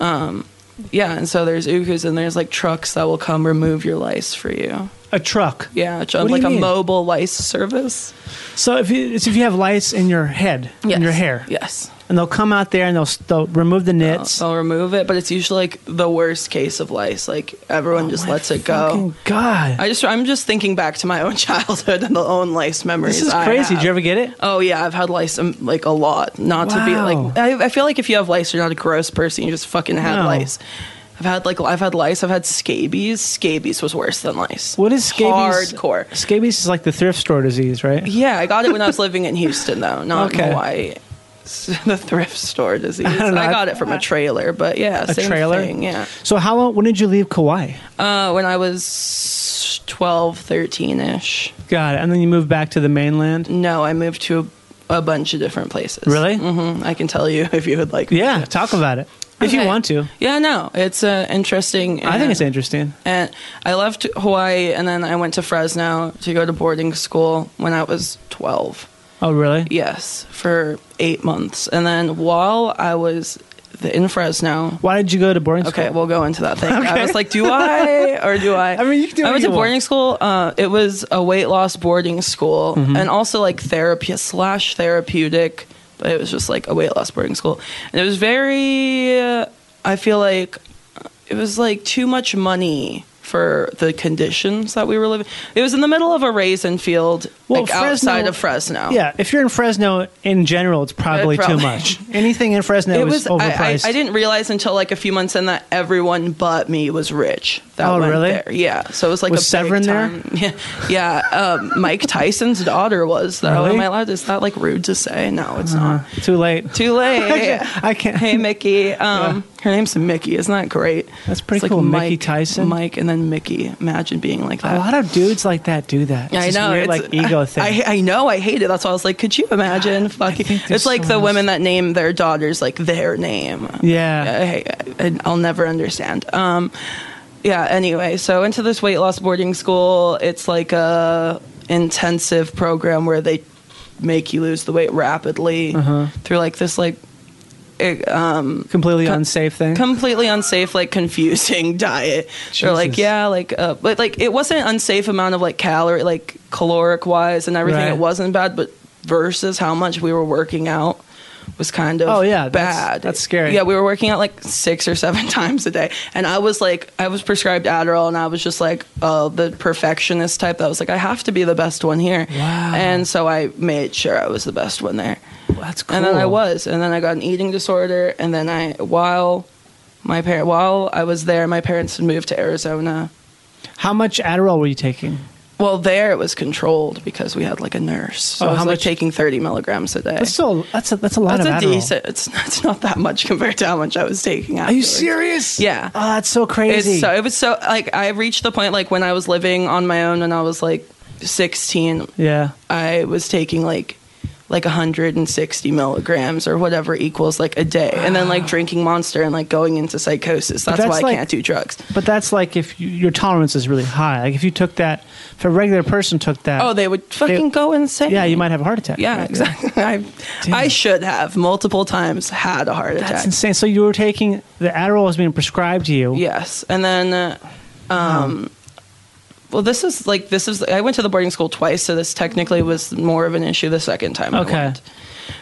Speaker 5: Um yeah, and so there's ukus and there's like trucks that will come remove your lice for you.
Speaker 4: A truck.
Speaker 5: Yeah, it's
Speaker 4: What do you
Speaker 5: like a
Speaker 4: mean?
Speaker 5: mobile lice service.
Speaker 4: So if you it's if you have lice in your head, in your hair,
Speaker 5: Yes.
Speaker 4: and they'll come out there and they'll, st- they'll remove the nits.
Speaker 5: I'll remove it, but it's usually like the worst case of lice. Like everyone just lets it go.
Speaker 4: Oh, Fucking God,
Speaker 5: I just I'm just thinking back to my own childhood and the own lice memories.
Speaker 4: this is
Speaker 5: I
Speaker 4: crazy. Did
Speaker 5: have.
Speaker 4: you ever get it?
Speaker 5: Oh yeah, I've had lice um, like a lot. Not to be
Speaker 4: Wow.
Speaker 5: like, I, I feel like if you have lice, you're not a gross person. You just fucking had
Speaker 4: No.
Speaker 5: lice. I've had like I've had lice. I've had scabies. Scabies was worse than lice.
Speaker 4: What is scabies?
Speaker 5: Hardcore.
Speaker 4: Scabies is like the thrift store disease, right?
Speaker 5: Yeah, I got it when I was living in Houston though, not
Speaker 4: Okay.
Speaker 5: in Hawaii. It's the thrift store disease. I,
Speaker 4: don't know.
Speaker 5: got it from a trailer, but yeah,
Speaker 4: A
Speaker 5: same
Speaker 4: trailer.
Speaker 5: thing. Yeah.
Speaker 4: So how long? When did you leave Kauai?
Speaker 5: Uh, when I was 12, 13 ish.
Speaker 4: Got it. And then you moved back to the mainland.
Speaker 5: No, I moved to a, a bunch of different places.
Speaker 4: Really?
Speaker 5: hmm I can tell you if you would like.
Speaker 4: Yeah. Talk about it if you
Speaker 5: Okay.
Speaker 4: want to.
Speaker 5: Yeah, no, it's uh, interesting.
Speaker 4: I think it's
Speaker 5: and-
Speaker 4: interesting.
Speaker 5: And I left Hawaii and then I went to Fresno to go to boarding school when I was 12.
Speaker 4: Oh, really?
Speaker 5: Yes, for eight months. And then while I was th- in Fresno,
Speaker 4: Why did you go to boarding school?
Speaker 5: Okay, we'll go into that thing. I was like, do I or do I?
Speaker 4: I mean, you can do
Speaker 5: I
Speaker 4: what
Speaker 5: went
Speaker 4: you
Speaker 5: to boarding
Speaker 4: want.
Speaker 5: school. Uh, it was a weight loss boarding school,
Speaker 4: Mm-hmm.
Speaker 5: and also like therapy slash therapeutic. But it was just like a weight loss boarding school, and it was very. Uh, I feel like it was like too much money for the conditions that we were living. It was in the middle of a raisin field,
Speaker 4: Well,
Speaker 5: like
Speaker 4: Fresno-
Speaker 5: outside of Fresno.
Speaker 4: Yeah, if you're in Fresno in general, it's probably, too
Speaker 5: probably-
Speaker 4: much. Anything in Fresno
Speaker 5: It
Speaker 4: is
Speaker 5: was. I, I,
Speaker 4: overpriced.
Speaker 5: I didn't realize until like a few months in that everyone but me was rich. That
Speaker 4: Oh,
Speaker 5: went
Speaker 4: really?
Speaker 5: There. Yeah. So it was like
Speaker 4: Was
Speaker 5: a
Speaker 4: Severin
Speaker 5: big
Speaker 4: there?
Speaker 5: time- Yeah. Yeah. Um, Mike Tyson's daughter was though.
Speaker 4: Really?
Speaker 5: Am I allowed? Is that like rude to say? No, it's not.
Speaker 4: Uh-huh. Too late.
Speaker 5: Too late.
Speaker 4: I can't.
Speaker 5: Hey Mickey. Um, Her name's Mickey. Isn't that great?
Speaker 4: That's pretty
Speaker 5: It's like
Speaker 4: cool. Mickey
Speaker 5: Mike-
Speaker 4: Tyson. Oh,
Speaker 5: Mike and then Mickey. Imagine being like that.
Speaker 4: A lot of dudes like that do that. It's
Speaker 5: I
Speaker 4: this
Speaker 5: know,
Speaker 4: Weird,
Speaker 5: it's-
Speaker 4: like ego thing.
Speaker 5: I, I know, I hate it. That's why I was like, could you imagine? Fucking,
Speaker 4: think there's
Speaker 5: it's like the
Speaker 4: someone
Speaker 5: women that name their daughters like their name.
Speaker 4: yeah.
Speaker 5: I, I, I'll never understand. Um, yeah. Anyway, so into this weight loss boarding school, it's like a intensive program where they make you lose the weight rapidly through like this like it, um,
Speaker 4: Completely unsafe thing.
Speaker 5: completely unsafe, like confusing diet. They're like,
Speaker 4: Jesus.
Speaker 5: yeah, like, uh, but like it wasn't unsafe amount of like calorie, like caloric wise and everything.
Speaker 4: Right.
Speaker 5: It wasn't bad, but versus how much we were working out was kind of
Speaker 4: Oh, yeah, that's-
Speaker 5: bad.
Speaker 4: that's scary.
Speaker 5: Yeah, we were working out like six or seven times a day, and I was like, I was prescribed Adderall, and I was just like, uh, the perfectionist type that was like, I have to be the best one here.
Speaker 4: Wow.
Speaker 5: And so I made sure I was the best one there.
Speaker 4: That's cool.
Speaker 5: And then I was, and then I got an eating disorder, and then I while my parent while I was there, my parents had moved to Arizona.
Speaker 4: How much Adderall were you taking?
Speaker 5: Well, there it was controlled because we had like a nurse. So
Speaker 4: Oh,
Speaker 5: I was
Speaker 4: how
Speaker 5: like
Speaker 4: much-
Speaker 5: taking 30 milligrams a day.
Speaker 4: That's still that's a that's a lot
Speaker 5: That's
Speaker 4: of
Speaker 5: a
Speaker 4: Adderall.
Speaker 5: decent. It's, it's not that much compared to how much I was taking.
Speaker 4: Are you
Speaker 5: afterwards.
Speaker 4: serious?
Speaker 5: Yeah.
Speaker 4: Oh, that's so crazy.
Speaker 5: It's so it was so like I reached the point like when I was living on my own and I was like 16,
Speaker 4: yeah.
Speaker 5: I was taking like like 160 milligrams or whatever equals like a day, and then like drinking Monster and like going into psychosis. That's,
Speaker 4: that's
Speaker 5: why I
Speaker 4: like-
Speaker 5: can't do drugs.
Speaker 4: But that's like if you, your tolerance is really high. Like if you took that, if a regular person took that,
Speaker 5: Oh, they would fucking go insane.
Speaker 4: yeah, you might have a heart attack.
Speaker 5: Yeah,
Speaker 4: right?
Speaker 5: exactly. I I should have multiple times had a heart attack.
Speaker 4: That's insane. So you were taking the Adderall was being prescribed to you.
Speaker 5: Yes, and then, uh, um, well, this is like this is. I went to the boarding school twice, so this technically was more of an issue the second time.
Speaker 4: Okay.
Speaker 5: I went.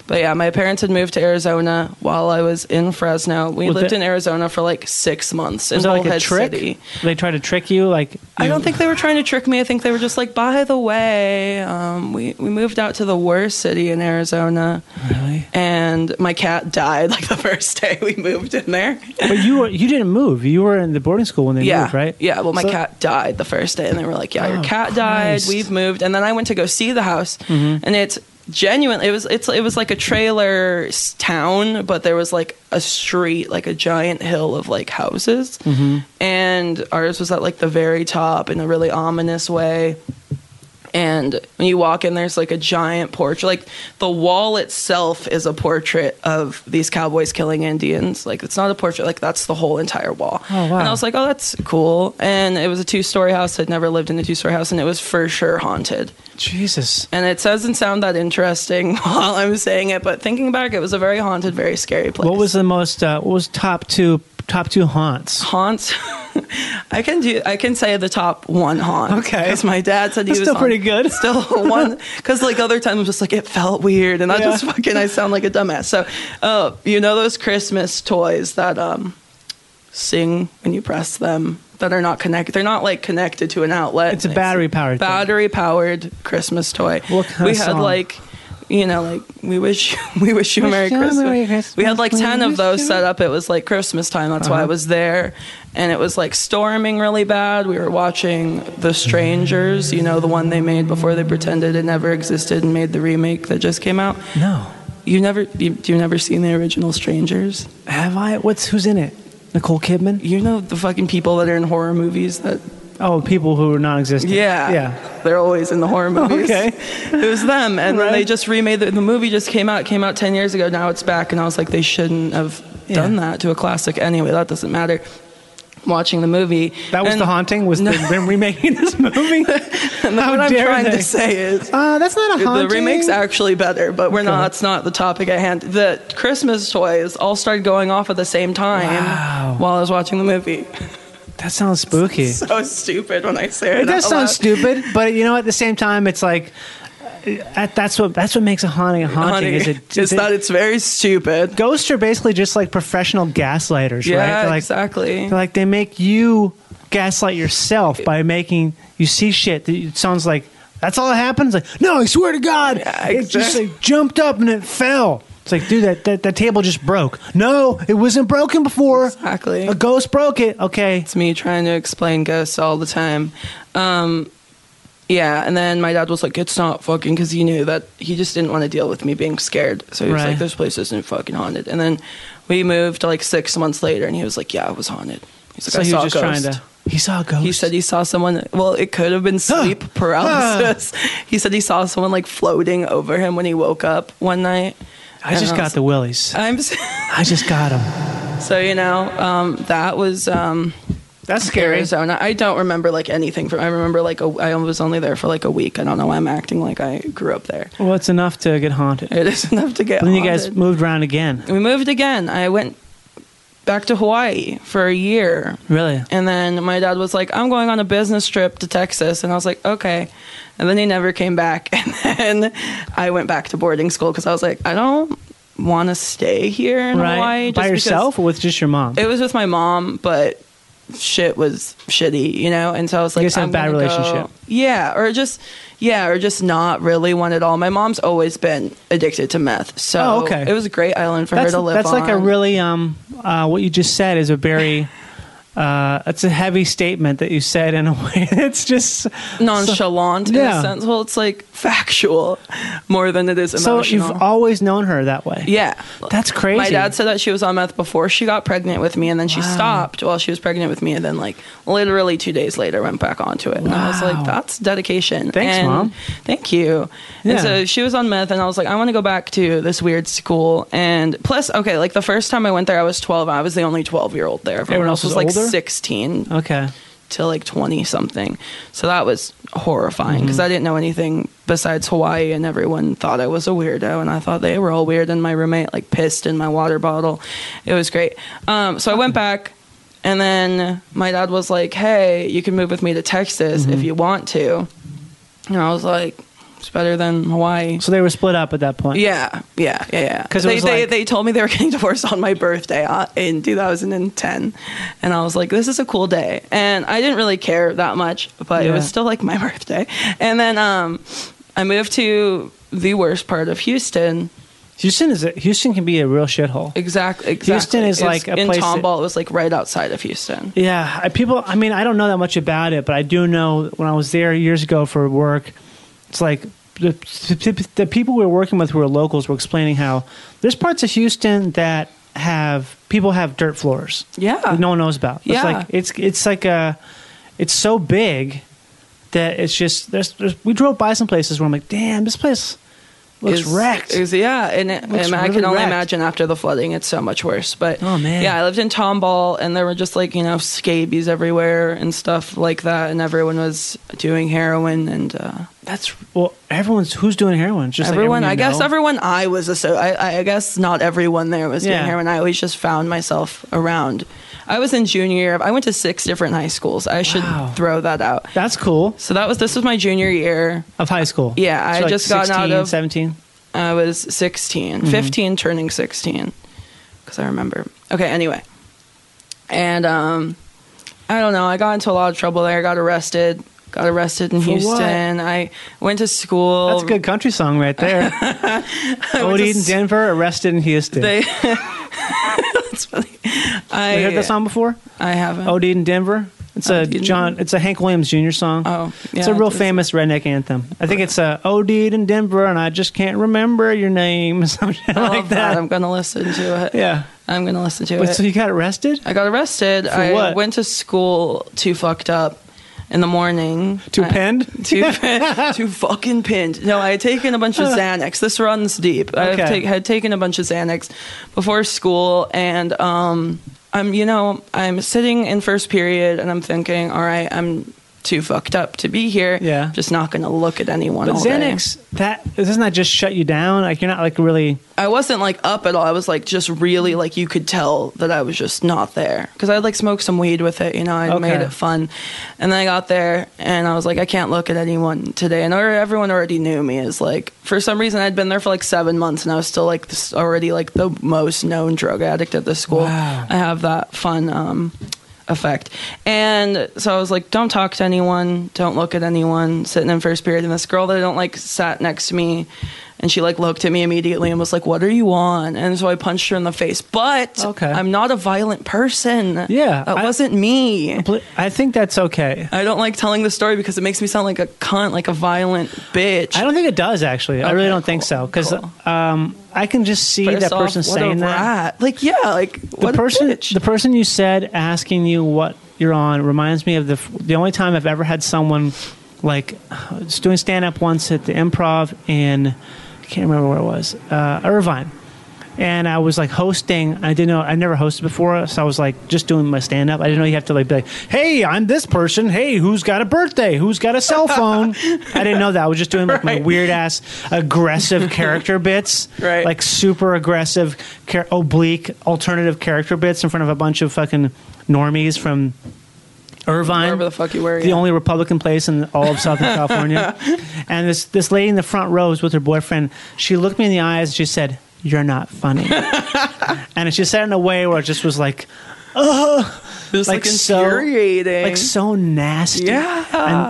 Speaker 5: But yeah, my parents had moved to Arizona while I was in Fresno. We
Speaker 4: Was
Speaker 5: lived
Speaker 4: that-
Speaker 5: in Arizona for like six months in
Speaker 4: Was that like a
Speaker 5: Bullhead
Speaker 4: trick?
Speaker 5: City.
Speaker 4: They try to trick you, like
Speaker 5: I
Speaker 4: you-
Speaker 5: don't think they were trying to trick me. I think they were just like, by the way, um, we we moved out to the worst city in Arizona,
Speaker 4: Really?
Speaker 5: and my cat died like the first day we moved in there.
Speaker 4: But you were, you didn't move. You were in the boarding school when they
Speaker 5: yeah,
Speaker 4: moved, right?
Speaker 5: Yeah. Well, my
Speaker 4: So-
Speaker 5: cat died the first day, and they were like, "Yeah,
Speaker 4: Oh,
Speaker 5: your cat died.
Speaker 4: Christ. Mm-hmm.
Speaker 5: We've moved." And then I went to go see the house, and it's genuine. It was it's it was like a trailer s- town, but there was like a street, like a giant hill of like houses,
Speaker 4: Mm-hmm.
Speaker 5: and ours was at like the very top in a really ominous way. And when you walk in, there's like a giant portrait. Like the wall itself is a portrait of these cowboys killing Indians. Like it's not a portrait. Like that's the whole entire wall.
Speaker 4: Oh, wow.
Speaker 5: And I was like, oh, that's cool. And it was a two-story house. I'd never lived in a two-story house, and it was for sure haunted.
Speaker 4: Jesus.
Speaker 5: And it doesn't sound that interesting while I'm saying it, but thinking back, it was a very haunted, very scary place.
Speaker 4: What was the most? Uh, what was top two? Top two haunts.
Speaker 5: haunts? I can do. I can say the top one haunt.
Speaker 4: Okay.
Speaker 5: because my dad said he
Speaker 4: That's
Speaker 5: was
Speaker 4: still
Speaker 5: on-
Speaker 4: pretty good.
Speaker 5: Still one, because like other times, I'm just like it felt weird, and I
Speaker 4: Yeah.
Speaker 5: just fucking I sound like a dumbass. So, uh, you know those Christmas toys that um, sing when you press them that are not connected. They're not like connected to an outlet.
Speaker 4: It's a battery-powered thing.
Speaker 5: Battery powered Christmas toy.
Speaker 4: What kind
Speaker 5: we
Speaker 4: of
Speaker 5: had
Speaker 4: song?
Speaker 5: like. You know, like we wish we wish you a
Speaker 4: Wish
Speaker 5: Merry
Speaker 4: you a
Speaker 5: Christmas.
Speaker 4: Merry Christmas.
Speaker 5: We had like
Speaker 4: We
Speaker 5: ten of
Speaker 4: wish
Speaker 5: those
Speaker 4: you-
Speaker 5: set up. It was like Christmas time. That's why I
Speaker 4: Uh-huh.
Speaker 5: was there, and it was like storming really bad. We were watching The Strangers. You know, the one they made before they pretended it never existed and made the remake that just came out.
Speaker 4: No.
Speaker 5: You never, you, you never seen the original Strangers?
Speaker 4: Have I? What's who's in it? Nicole Kidman.
Speaker 5: You know the fucking people that are in horror movies that
Speaker 4: Oh, people who are non-existent.
Speaker 5: Yeah.
Speaker 4: Yeah.
Speaker 5: They're always in the horror movies.
Speaker 4: Okay.
Speaker 5: It was them. And
Speaker 4: Right.
Speaker 5: then they just remade the, the movie, just came out, came out 10 years ago. Now it's back. And I was like, they shouldn't have done
Speaker 4: Yeah.
Speaker 5: that to a classic. Anyway, that doesn't matter. Watching the movie.
Speaker 4: That was
Speaker 5: and-
Speaker 4: the haunting. Was
Speaker 5: No.
Speaker 4: them remaking this movie?
Speaker 5: And
Speaker 4: How
Speaker 5: what I'm
Speaker 4: dare
Speaker 5: trying
Speaker 4: they.
Speaker 5: to say is.
Speaker 4: Uh, that's not a haunting.
Speaker 5: The remake's actually better, but we're
Speaker 4: Okay.
Speaker 5: not. It's not the topic at hand. The Christmas toys all started going off at the same time
Speaker 4: Wow.
Speaker 5: while I was watching the movie.
Speaker 4: That sounds spooky.
Speaker 5: So stupid when I say it.
Speaker 4: It does
Speaker 5: out
Speaker 4: sound
Speaker 5: loud.
Speaker 4: stupid, but you know, at the same time, it's like uh, that's what that's what makes a haunting a haunting.
Speaker 5: Honey,
Speaker 4: is it, is
Speaker 5: it's
Speaker 4: it,
Speaker 5: not. It's very stupid.
Speaker 4: ghosts are basically just like professional gaslighters,
Speaker 5: Yeah,
Speaker 4: right? They're like,
Speaker 5: exactly.
Speaker 4: they're like they make you gaslight yourself by making you see shit that it sounds like that's all that happens. Like, no, I swear to God,
Speaker 5: Yeah,
Speaker 4: it just
Speaker 5: exactly.
Speaker 4: like jumped up and it fell. It's like, dude, that, that, that table just broke. No, it wasn't broken before.
Speaker 5: Exactly.
Speaker 4: A ghost broke it. Okay.
Speaker 5: It's me trying to explain ghosts all the time. Um, yeah, and then my dad was like, "It's not fucking," because he knew that he just didn't want to deal with me being scared. So he was
Speaker 4: Right.
Speaker 5: like, "This place isn't fucking haunted." And then we moved like six months later, and he was like, "Yeah, it was haunted." He's like,
Speaker 4: So
Speaker 5: "I
Speaker 4: he
Speaker 5: saw
Speaker 4: was just
Speaker 5: a
Speaker 4: trying
Speaker 5: ghost."
Speaker 4: to. He saw a ghost.
Speaker 5: He said he saw someone. Well, it could have been sleep paralysis. he said he saw someone like floating over him when he woke up one night.
Speaker 4: I just got the willies.
Speaker 5: I'm s-
Speaker 4: I just got him.
Speaker 5: so you know um, that was. Um,
Speaker 4: That's scary.
Speaker 5: Arizona. I don't remember like anything from. I remember like a, I was only there for like a week. I don't know why I'm acting like I grew up there.
Speaker 4: Well, it's enough to get haunted.
Speaker 5: It is enough to get.
Speaker 4: then you guys
Speaker 5: haunted.
Speaker 4: moved around again.
Speaker 5: we moved again. I went back to Hawaii for a year,
Speaker 4: Really?
Speaker 5: and then my dad was like, "I'm going on a business trip to Texas," and I was like, "Okay." And then he never came back. And then I went back to boarding school because I was like, I don't want to stay here in
Speaker 4: right?
Speaker 5: Hawaii
Speaker 4: By
Speaker 5: just because-
Speaker 4: yourself or with just your mom?
Speaker 5: it was with my mom, but shit was shitty, you know? And so I was like,
Speaker 4: guys had a
Speaker 5: I'm
Speaker 4: bad
Speaker 5: gonna go-
Speaker 4: relationship.
Speaker 5: Yeah. Or just, yeah. Or just not really one at all. My mom's always been addicted to meth. So
Speaker 4: Oh, okay.
Speaker 5: it was a great island for
Speaker 4: that's
Speaker 5: her to live
Speaker 4: that's like a
Speaker 5: on.
Speaker 4: really um uh, what you just said is a very Uh, it's a heavy statement that you said in a way that's just
Speaker 5: nonchalant in
Speaker 4: Yeah.
Speaker 5: a sense. Well, it's like factual more than it is
Speaker 4: so.
Speaker 5: emotional.
Speaker 4: You've always known her that way.
Speaker 5: yeah.
Speaker 4: That's crazy.
Speaker 5: My dad said that she was on meth before she got pregnant with me, and then she stopped while she was pregnant with me, and then like literally two days later went back onto it. And I was
Speaker 4: Wow.
Speaker 5: like, "That's dedication."
Speaker 4: Thanks,
Speaker 5: And
Speaker 4: Mom.
Speaker 5: Thank you. And
Speaker 4: Yeah.
Speaker 5: so she was on meth, and I was like, "I want to go back to this weird school." And plus, okay, like the first time I went there, I was twelve. I was the only twelve-year-old there. Everyone,
Speaker 4: Everyone
Speaker 5: else
Speaker 4: else
Speaker 5: was,
Speaker 4: was
Speaker 5: like
Speaker 4: older?
Speaker 5: sixteen
Speaker 4: Okay.
Speaker 5: to like 20 something. So that was horrifying because I didn't know anything besides Hawaii and everyone thought I was a weirdo and I thought they were all weird and my roommate like pissed in my water bottle. It was great. Um, so I went back and then my dad was like, "Hey, you can move with me to Texas if you want to." And I was like, "It's better than Hawaii."
Speaker 4: So they were split up at that point.
Speaker 5: Yeah, yeah, yeah, yeah.
Speaker 4: 'Cause it
Speaker 5: they,
Speaker 4: was
Speaker 5: they,
Speaker 4: like-
Speaker 5: they told me they were getting divorced on my birthday uh, in 2010. And I was like, this is a cool day. And I didn't really care that much, but it
Speaker 4: Yeah.
Speaker 5: was still like my birthday. And then um, I moved to the worst part of Houston.
Speaker 4: Houston is a, Houston can be a real shithole.
Speaker 5: Exactly. exactly.
Speaker 4: is
Speaker 5: It's
Speaker 4: like a
Speaker 5: in
Speaker 4: place that-
Speaker 5: Tomball, it was like right outside of Houston.
Speaker 4: Yeah, I, people. I mean, I don't know that much about it, but I do know when I was there years ago for work, it's like the, the people we were working with who were locals were explaining how there's parts of Houston that have people have dirt floors.
Speaker 5: Yeah.
Speaker 4: that no one knows about. It's
Speaker 5: Yeah.
Speaker 4: like it's it's like a, it's so big that it's just there's, there's we drove by some places where I'm like, damn, this place looks
Speaker 5: is-
Speaker 4: wrecked.
Speaker 5: is- yeah, and, it,
Speaker 4: Looks
Speaker 5: and I
Speaker 4: really
Speaker 5: can only
Speaker 4: wrecked.
Speaker 5: imagine after the flooding, it's so much worse. But
Speaker 4: Oh, man.
Speaker 5: yeah, I lived in Tomball, and there were just like you know scabies everywhere and stuff like that, and everyone was doing heroin and uh,
Speaker 4: That's well, everyone's who's doing heroin. Just like everyone
Speaker 5: everyone.
Speaker 4: you
Speaker 5: I guess
Speaker 4: know.
Speaker 5: everyone I was asso- I- I, I guess not everyone there was
Speaker 4: Yeah.
Speaker 5: doing heroin. I always just found myself around. I was in junior year. of- I went to six different high schools. I should
Speaker 4: Wow.
Speaker 5: throw that out.
Speaker 4: That's cool.
Speaker 5: So that was this was my junior year.
Speaker 4: Of high school.
Speaker 5: Yeah, I
Speaker 4: so
Speaker 5: had
Speaker 4: like
Speaker 5: just gotten out
Speaker 4: 16,
Speaker 5: of-
Speaker 4: 17.
Speaker 5: I was 16,
Speaker 4: Mm-hmm.
Speaker 5: 15 turning 16 because I remember. Okay, anyway. And um I don't know, I got into a lot of trouble there. I got arrested. Got arrested in
Speaker 4: For what?
Speaker 5: Houston. I went to school.
Speaker 4: That's a good country song right there. Odie in
Speaker 5: s-
Speaker 4: Denver, arrested in Houston.
Speaker 5: They That's funny. I
Speaker 4: you heard that song Oh, before?
Speaker 5: I haven't.
Speaker 4: Odie in Denver. It's a
Speaker 5: Odie Oh, in
Speaker 4: John. It's a Hank Williams Jr. song.
Speaker 5: Oh,
Speaker 4: it's
Speaker 5: yeah,
Speaker 4: a real
Speaker 5: it is.
Speaker 4: famous redneck anthem. I think it's uh, Odie in Denver, and I just can't remember your name. Something
Speaker 5: I love
Speaker 4: like
Speaker 5: that.
Speaker 4: that.
Speaker 5: Oh, I'm gonna listen to it.
Speaker 4: Yeah.
Speaker 5: I'm gonna listen to
Speaker 4: But
Speaker 5: it.
Speaker 4: so you got arrested?
Speaker 5: I got arrested. I
Speaker 4: what?
Speaker 5: went to school too fucked up in the morning.
Speaker 4: Too
Speaker 5: I-
Speaker 4: pinned?
Speaker 5: Too, pin- too fucking pinned. No, I had taken a bunch of Xanax. This runs deep. I
Speaker 4: Okay.
Speaker 5: have ta- had taken a bunch of Xanax before school, and um, I'm, you know, I'm sitting in first period, and I'm thinking, all right, I'm too fucked up to be here.
Speaker 4: Yeah.
Speaker 5: just not gonna look at anyone.
Speaker 4: But
Speaker 5: all day.
Speaker 4: Xanax, that doesn't that just shut you down? Like you're not like really.
Speaker 5: I wasn't like up at all. I was like just really like you could tell that I was just not there because I like smoked some weed with it, you know. I
Speaker 4: Okay.
Speaker 5: made it fun, and then I got there and I was like, I can't look at anyone today, and alre- everyone already knew me as like for some reason I'd been there for like seven months and I was still like this, already like the most known drug addict at the school.
Speaker 4: Wow.
Speaker 5: I have that fun um, effect. And so I was like, don't talk to anyone, don't look at anyone, sitting in first period. And this girl that I don't like sat next to me and she like looked at me immediately and was like, What are you on? And so I punched her in the face. But
Speaker 4: Okay.
Speaker 5: I'm not a violent person.
Speaker 4: Yeah,
Speaker 5: That
Speaker 4: I-
Speaker 5: wasn't me.
Speaker 4: I think that's okay.
Speaker 5: I don't like telling the story because it makes me sound like a cunt, like a violent bitch.
Speaker 4: I don't think it does actually. I
Speaker 5: Okay,
Speaker 4: really don't think so
Speaker 5: cool,
Speaker 4: because
Speaker 5: cool.
Speaker 4: um, I can just see
Speaker 5: First
Speaker 4: that
Speaker 5: off,
Speaker 4: person
Speaker 5: what a
Speaker 4: saying that.
Speaker 5: rat. Like, yeah, like
Speaker 4: The
Speaker 5: what
Speaker 4: person,
Speaker 5: a bitch.
Speaker 4: the person you said asking you what you're on reminds me of the f- the only time I've ever had someone like just doing stand up once at the Improv in I can't remember where it was uh, Irvine, and I was like hosting. I didn't know I never hosted before, so I was like just doing my stand up. I didn't know you have to like be like, hey, I'm this person. Hey, who's got a birthday? Who's got a cell phone? I didn't know that. I was just doing like my
Speaker 5: Right.
Speaker 4: weird ass aggressive character bits,
Speaker 5: Right.
Speaker 4: Like super aggressive, char- oblique, alternative character bits in front of a bunch of fucking normies from Irvine,
Speaker 5: Wherever the fuck you were,
Speaker 4: the
Speaker 5: yeah.
Speaker 4: only Republican place in all of Southern California. And this this lady in the front row was with her boyfriend. She looked me in the eyes and she said, "You're not funny." and she said it in a way where it just was like,
Speaker 5: It
Speaker 4: like,
Speaker 5: was, like,
Speaker 4: so-
Speaker 5: infuriating.
Speaker 4: like so nasty.
Speaker 5: Yeah.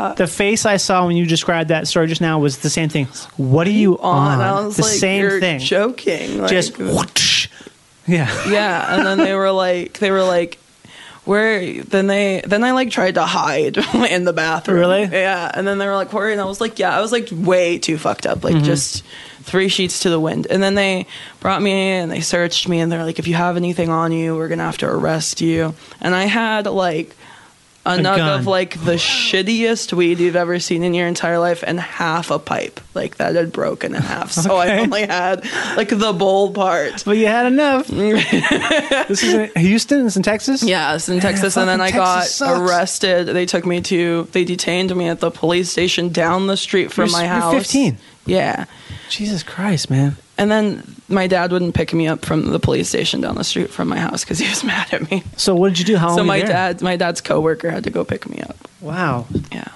Speaker 4: And the face I saw when you described that story just now was the same thing. What are you on?
Speaker 5: on. I was
Speaker 4: the
Speaker 5: like,
Speaker 4: same
Speaker 5: you're
Speaker 4: thing.
Speaker 5: joking. Like,
Speaker 4: just whoosh. yeah.
Speaker 5: yeah. And then they were like, they were like, where then they then I like tried to hide in the bathroom.
Speaker 4: Really?
Speaker 5: Yeah. And then they were like, "Where?" And I was like, "Yeah." I was like way too fucked up, like just three sheets to the wind. And then they brought me in and they searched me and they're like, "If you have anything on you, we're gonna have to arrest you." And I had like a,
Speaker 8: A
Speaker 5: nug
Speaker 8: gun.
Speaker 5: of like the shittiest weed you've ever seen in your entire life and half a pipe like that had broken in half. So I
Speaker 4: Okay.
Speaker 5: only had like the bowl part.
Speaker 4: But you had enough. this is in Houston. This is in Texas.
Speaker 5: Yeah, it's in Texas, and then I
Speaker 4: fucking
Speaker 5: got
Speaker 4: Texas sucks.
Speaker 5: arrested. They took me to, they detained me at the police station down the street from
Speaker 4: You're s-
Speaker 5: my
Speaker 4: you're
Speaker 5: house.
Speaker 4: 15.
Speaker 5: Yeah,
Speaker 4: Jesus Christ, man.
Speaker 5: and then my dad wouldn't pick me up from the police station down the street from my house because he was mad at me.
Speaker 4: So what did you do? How long
Speaker 5: so
Speaker 4: were you
Speaker 5: my
Speaker 4: there?
Speaker 5: dad, my dad's coworker had to go pick me up.
Speaker 4: Wow.
Speaker 5: Yeah,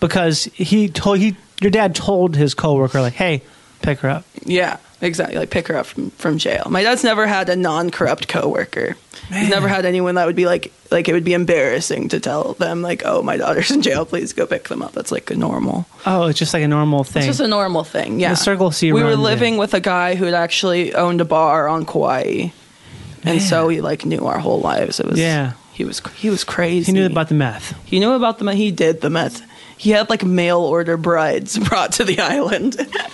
Speaker 4: Because he told he your dad told his coworker like, hey, pick her up.
Speaker 5: yeah, exactly. Like pick her up from from jail. My dad's never had a non-corrupt coworker. He's never had anyone that would be like, like it would be embarrassing to tell them like, oh, my daughter's in jail. Please go pick them up. That's like a normal.
Speaker 4: Oh, it's just like a normal thing.
Speaker 5: It's just a normal thing. Yeah.
Speaker 4: The Circle C
Speaker 5: We were
Speaker 4: run, yeah.
Speaker 5: living with a guy who had actually owned a bar on Kauai, and so he like knew our whole lives. It was
Speaker 4: Yeah.
Speaker 5: He was he was crazy.
Speaker 4: he knew about the meth.
Speaker 5: he knew about the meth. He did the meth. He had like mail order brides brought to the island.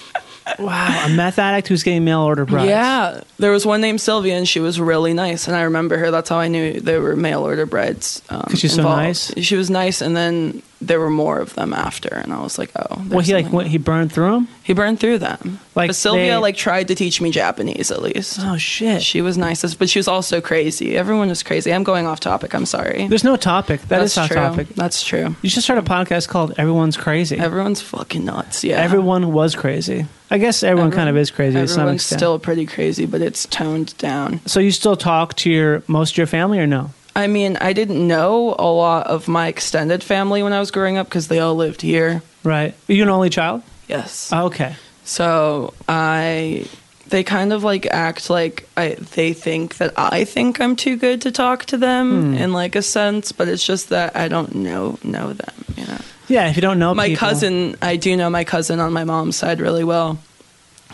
Speaker 4: Wow, a meth addict who's getting mail order brides.
Speaker 5: Yeah, there was one named Sylvia, and she was really nice, and I remember her. That's how I knew there were mail order brides. Um,
Speaker 4: 'Cause she's so
Speaker 5: involved.
Speaker 4: nice?
Speaker 5: She was nice, and then there were more of them after, and I was like, oh.
Speaker 4: Well,
Speaker 5: there's
Speaker 4: he like
Speaker 5: something.
Speaker 4: went, he burned through them.
Speaker 5: He burned through them.
Speaker 4: Like,
Speaker 5: but Sylvia
Speaker 4: they-
Speaker 5: like tried to teach me Japanese at least.
Speaker 4: Oh shit.
Speaker 5: She was nice, as- but she was also crazy. Everyone was crazy. I'm going off topic. I'm sorry.
Speaker 4: There's no topic. That's
Speaker 5: That's
Speaker 4: not
Speaker 5: true.
Speaker 4: topic.
Speaker 5: That's true.
Speaker 4: You should start a podcast called Everyone's Crazy.
Speaker 5: Everyone's fucking nuts. Yeah.
Speaker 4: Everyone was crazy. I guess everyone, kind of is crazy to some
Speaker 5: Everyone's
Speaker 4: extent.
Speaker 5: still pretty crazy, but it's toned down.
Speaker 4: so you still talk to your most of your family or no?
Speaker 5: I mean, I didn't know a lot of my extended family when I was growing up because they all lived here.
Speaker 4: Right. Are you an only child? Oh,
Speaker 5: Yes.
Speaker 4: Okay.
Speaker 5: So I, they kind of like act like I, they think that I think I'm too good to talk to them
Speaker 4: Hmm.
Speaker 5: in like a sense, but it's just that I don't know know them. You know,
Speaker 4: Yeah. If you don't know
Speaker 5: my
Speaker 4: people-
Speaker 5: cousin, I do know my cousin on my mom's side really well,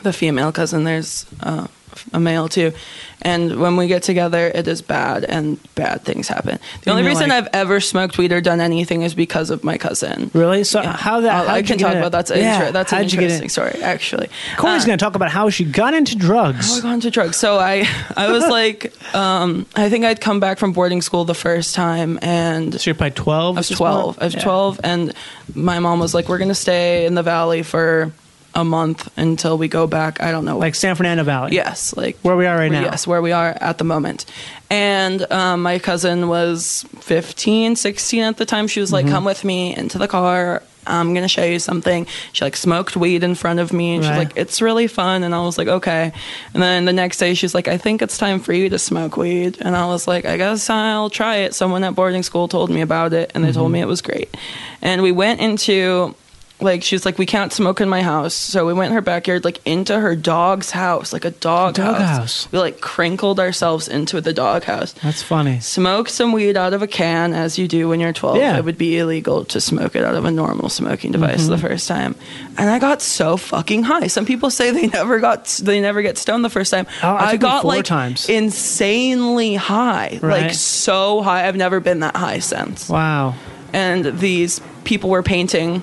Speaker 5: the female cousin. There's uh, a male too, and when we get together, it is bad and bad things happen. The
Speaker 4: And
Speaker 5: only
Speaker 4: you're
Speaker 5: reason
Speaker 4: like-
Speaker 5: I've ever smoked weed or done anything is because of my cousin.
Speaker 4: Really? So
Speaker 5: Yeah.
Speaker 4: how that?
Speaker 5: I'll-
Speaker 4: how'd
Speaker 5: I
Speaker 4: you
Speaker 5: can
Speaker 4: get
Speaker 5: talk
Speaker 4: in-
Speaker 5: about that's
Speaker 4: Yeah,
Speaker 5: inter- that's an
Speaker 4: how'd you get in-
Speaker 5: interesting story actually.
Speaker 4: Corey's
Speaker 5: Uh, Oh
Speaker 4: going to talk about how she got into drugs.
Speaker 5: how I got into drugs. So I, I was like, um, I think I'd come back from boarding school the first time, and
Speaker 4: so you're probably twelve.
Speaker 5: I was twelve. I was twelve, and my mom was like, "We're gonna stay in the valley for a month until we go back." I don't know,
Speaker 4: Like San Fernando Valley.
Speaker 5: Yes, like
Speaker 4: Where we are right now.
Speaker 5: Yes, where we are at the moment. And um, my cousin was 15, 16 at the time. She was like,
Speaker 4: Mm-hmm.
Speaker 5: "Come with me into the car. I'm gonna show you something." She like smoked weed in front of me, and she's
Speaker 4: Right.
Speaker 5: like, "It's really fun." And I was like, "Okay." And then the next day, she's like, "I think it's time for you to smoke weed." And I was like, "I guess I'll try it." Someone at boarding school told me about it, and they told
Speaker 4: Mm-hmm.
Speaker 5: me it was great. And we went into like she was like, we can't smoke in my house. So we went in her backyard, like into her dog's house, like a dog,
Speaker 4: Dog
Speaker 5: house.
Speaker 4: house.
Speaker 5: We like crinkled ourselves into the dog house.
Speaker 4: That's funny.
Speaker 5: Smoked some weed out of a can, as you do when you're 12.
Speaker 4: Yeah. Mm-hmm.
Speaker 5: It would be illegal to smoke it out of a normal smoking device the first time. And I got so fucking high. Some people say they never got, they never get stoned the first time.
Speaker 4: Oh, I took me
Speaker 5: got
Speaker 4: four
Speaker 5: like
Speaker 4: times.
Speaker 5: insanely high, like
Speaker 4: Right.
Speaker 5: so high. I've never been that high since
Speaker 4: Wow.
Speaker 5: and these people were painting